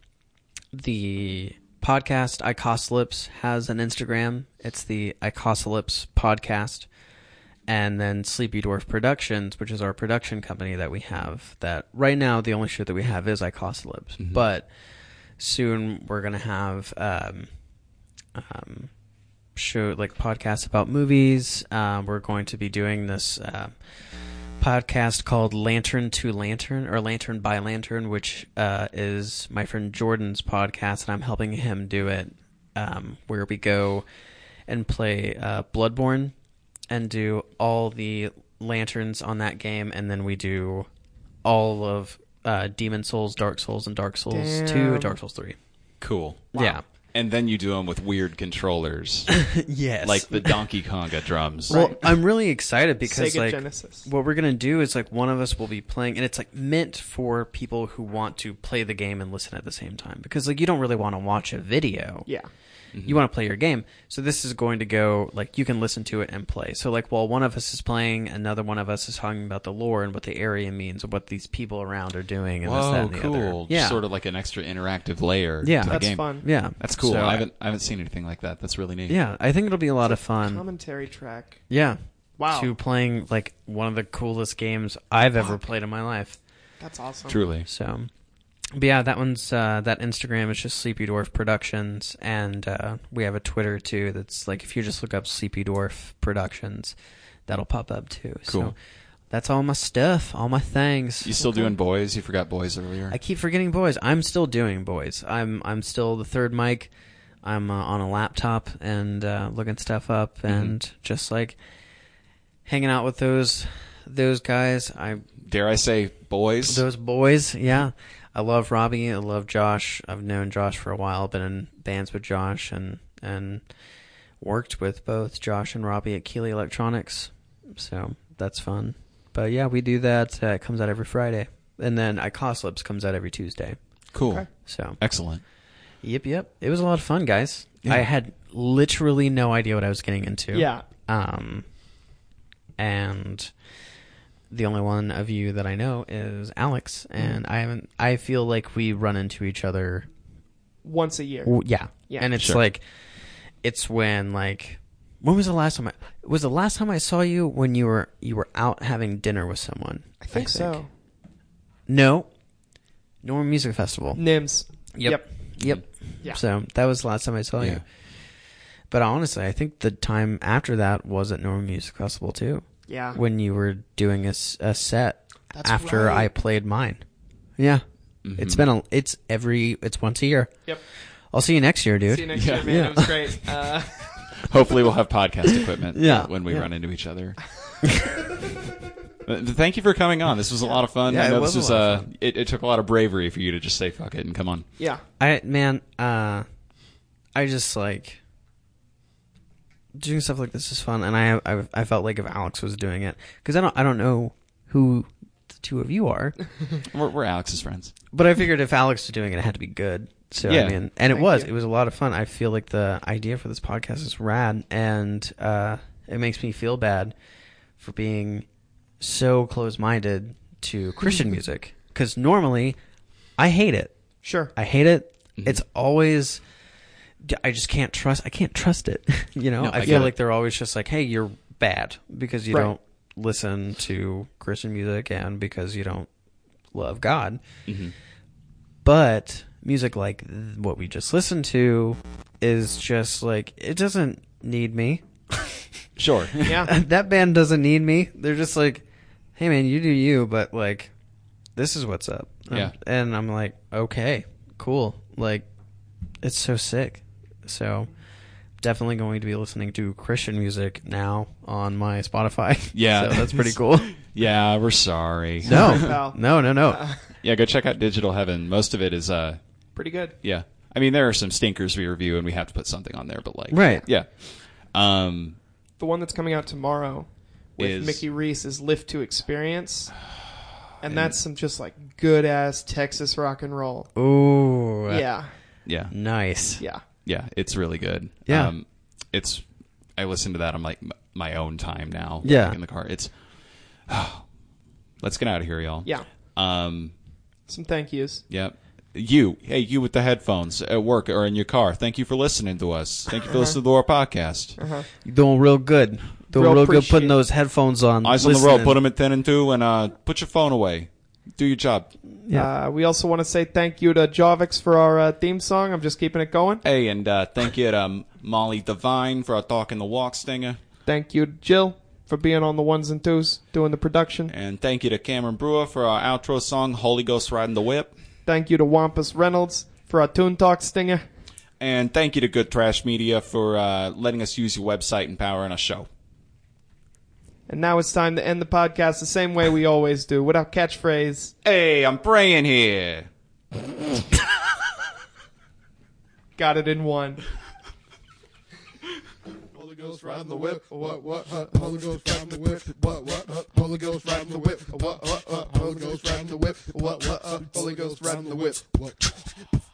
Speaker 4: the podcast Icosalypse has an Instagram. It's the Icosalypse podcast. And then Sleepy Dwarf Productions, which is our production company that we have. That right now the only shit that we have is Icosalypse, but soon we're gonna have um, um, show like podcasts about movies. Uh, we're going to be doing this uh, podcast called Lantern to Lantern or Lantern by Lantern, which uh, is my friend Jordan's podcast, and I'm helping him do it. Um, where we go and play uh, Bloodborne and do all the lanterns on that game, and then we do all of uh, Demon Souls, Dark Souls, and Dark Souls Two,
Speaker 1: Damn.
Speaker 4: and Dark Souls Three.
Speaker 2: cool
Speaker 4: Yeah.
Speaker 2: and then you do them with weird controllers
Speaker 4: Yes.
Speaker 2: like the Donkey Konga drums.
Speaker 4: Well, I'm really excited because
Speaker 1: Sega
Speaker 4: like
Speaker 1: Genesis.
Speaker 4: what we're gonna do is like one of us will be playing, and it's like meant for people who want to play the game and listen at the same time because like you don't really want to watch a video.
Speaker 1: Yeah.
Speaker 2: Mm-hmm.
Speaker 4: You want to play your game, so this is going to go like you can listen to it and play. So like while one of us is playing, another one of us is talking about the lore and what the area means and what these people around are doing and this, that,
Speaker 2: Whoa,
Speaker 4: and the
Speaker 2: cool!
Speaker 4: other. Yeah,
Speaker 2: Sort of like an extra interactive layer.
Speaker 4: Yeah.
Speaker 2: to the
Speaker 1: That's
Speaker 2: game.
Speaker 1: fun.
Speaker 4: Yeah,
Speaker 2: That's cool.
Speaker 4: So,
Speaker 2: I haven't I haven't seen anything like that. That's really neat.
Speaker 4: Yeah, I think it'll be a lot of fun.
Speaker 1: Commentary track.
Speaker 4: Yeah.
Speaker 1: Wow.
Speaker 4: To playing like one of the coolest games I've ever played in my life.
Speaker 1: That's awesome.
Speaker 2: truly.
Speaker 4: So, but yeah, that one's uh, that Instagram is just Sleepy Dwarf Productions, and uh, we have a Twitter too. That's like if you just look up Sleepy Dwarf Productions, that'll pop up too. So
Speaker 2: Cool.
Speaker 4: that's all my stuff, all my things.
Speaker 2: You still doing boys? You forgot boys earlier.
Speaker 4: I keep forgetting boys. I'm still doing boys. I'm I'm still the third mic. I'm uh, on a laptop and uh, looking stuff up and just like hanging out with those those guys. I
Speaker 2: Dare I say boys?
Speaker 4: those boys. Yeah, I love Robbie. I love Josh. I've known Josh for a while. Been in bands with Josh and and worked with both Josh and Robbie at Keeley Electronics. So that's fun. But yeah, we do that. Uh, it comes out every Friday, and then Icoslips comes out every Tuesday.
Speaker 2: cool.
Speaker 4: So
Speaker 2: Excellent.
Speaker 4: yep, yep. It was a lot of fun, guys. I had literally no idea what I was getting into.
Speaker 1: Yeah.
Speaker 4: Um, and the only one of you that I know is Alex,
Speaker 1: Mm-hmm.
Speaker 4: and I haven't. I feel like we run into each other.
Speaker 1: Once a year.
Speaker 4: w- Yeah.
Speaker 1: Yeah.
Speaker 4: And it's like, it's when like, when was the last time I was the last time I saw you when you were you were out having dinner with someone?
Speaker 1: I think so.
Speaker 4: No. Norman Music Festival.
Speaker 1: Nims.
Speaker 4: Yep. Yep.
Speaker 1: Yeah.
Speaker 4: So that was the last time I saw
Speaker 2: Yeah.
Speaker 4: you. But honestly, I think the time after that was at Normal Music Festival too,
Speaker 1: Yeah.
Speaker 4: when you were doing a, s- a set after
Speaker 1: right. Mm-hmm.
Speaker 4: I played mine. Yeah. It's been a it's every it's once a year.
Speaker 1: Yep.
Speaker 4: I'll see you next year, dude.
Speaker 1: See you next year, man. It was great. Uh,
Speaker 2: Hopefully, we'll have podcast equipment.
Speaker 4: Yeah.
Speaker 2: when we
Speaker 4: Yeah.
Speaker 2: run into each other. Uh, Thank you for coming on. This was a lot of fun.
Speaker 1: Yeah,
Speaker 2: I
Speaker 1: it
Speaker 2: know
Speaker 1: was
Speaker 2: this was
Speaker 1: a lot of
Speaker 2: uh, it, it took a lot of bravery for you to just say fuck it and come on.
Speaker 1: Yeah.
Speaker 4: I man, uh, I just like doing stuff like this is fun, and I I, I felt like if Alex was doing it, because I don't I don't know who the two of you are,
Speaker 2: We're, we're Alex's friends.
Speaker 4: but I figured if Alex was doing it, it had to be good. So
Speaker 2: Yeah.
Speaker 4: I mean, and it was it was a lot of fun. I feel like the idea for this podcast is rad, and uh, it makes me feel bad for being so close minded to Christian music because normally I hate it.
Speaker 1: Sure.
Speaker 4: I hate it. It's always I just can't trust I can't trust it. you know, I, feel
Speaker 2: get it.
Speaker 4: like they're always just like, "Hey, you're bad because you
Speaker 1: Right.
Speaker 4: don't listen to Christian music and because you don't love God." But music like th- what we just listened to is just like it doesn't need me.
Speaker 2: Sure.
Speaker 1: Yeah.
Speaker 4: that band doesn't need me. They're just like, "Hey man, you do you, but like this is what's up." Um,
Speaker 2: Yeah.
Speaker 4: And I'm like, okay, cool. Like, it's so sick. So, definitely going to be listening to Christian music now on my Spotify.
Speaker 2: Yeah.
Speaker 4: so that's pretty cool.
Speaker 2: yeah, we're sorry.
Speaker 4: no,
Speaker 1: pal.
Speaker 4: no, no, no.
Speaker 1: Uh,
Speaker 2: Yeah, go check out Digital Heaven. Most of it is uh
Speaker 1: Pretty good.
Speaker 2: yeah. I mean, there are some stinkers we review and we have to put something on there, but like
Speaker 4: Right.
Speaker 2: Yeah. Um
Speaker 1: The one that's coming out tomorrow with
Speaker 2: Is-
Speaker 1: Mickey Reese is Lift to Experience. And that's some just like good ass Texas rock and roll.
Speaker 4: Ooh,
Speaker 1: Yeah.
Speaker 2: yeah.
Speaker 4: nice.
Speaker 1: Yeah.
Speaker 2: Yeah, it's really good.
Speaker 4: Yeah.
Speaker 2: Um it's I listen to that on like m- my own time now.
Speaker 4: Yeah.
Speaker 2: like, in the car. It's Let's get out of here, y'all.
Speaker 1: Yeah.
Speaker 2: Um
Speaker 1: Some thank yous.
Speaker 2: Yep. You, hey, you with the headphones at work or in your car. Thank you for listening to us. Thank you for listening to our podcast.
Speaker 4: You're doing real good. Doing
Speaker 1: Real
Speaker 4: real, good
Speaker 1: appreciate-
Speaker 4: putting those headphones on.
Speaker 2: Eyes on the road.
Speaker 4: listening.
Speaker 2: Put them at ten and two, and uh, put your phone away. Do your job.
Speaker 1: Uh, we also want to say thank you to Javix for our uh, theme song. I'm just keeping it going.
Speaker 2: Hey, and uh, thank you to um, Molly Devine for our talking the walk stinger,
Speaker 1: Thank you to Jill for being on the ones and twos doing the production.
Speaker 2: and thank you to Cameron Brewer for our outro song "Holy Ghost Riding the Whip,"
Speaker 1: Thank you to Wampus Reynolds for our Toon Talk stinger.
Speaker 2: and thank you to Good Trash Media for uh, letting us use your website and powering our show.
Speaker 1: And now it's time to end the podcast the same way we always do, with our catchphrase.
Speaker 2: Hey, I'm praying here.
Speaker 1: Got it in one.
Speaker 10: Holy Ghost riding the whip, what what? Uh, Holy Ghost riding the whip, what what? Uh, Holy Ghost riding the whip, what what? Uh, Holy Ghost riding the whip, what what? Uh, Holy Ghost riding the whip, what?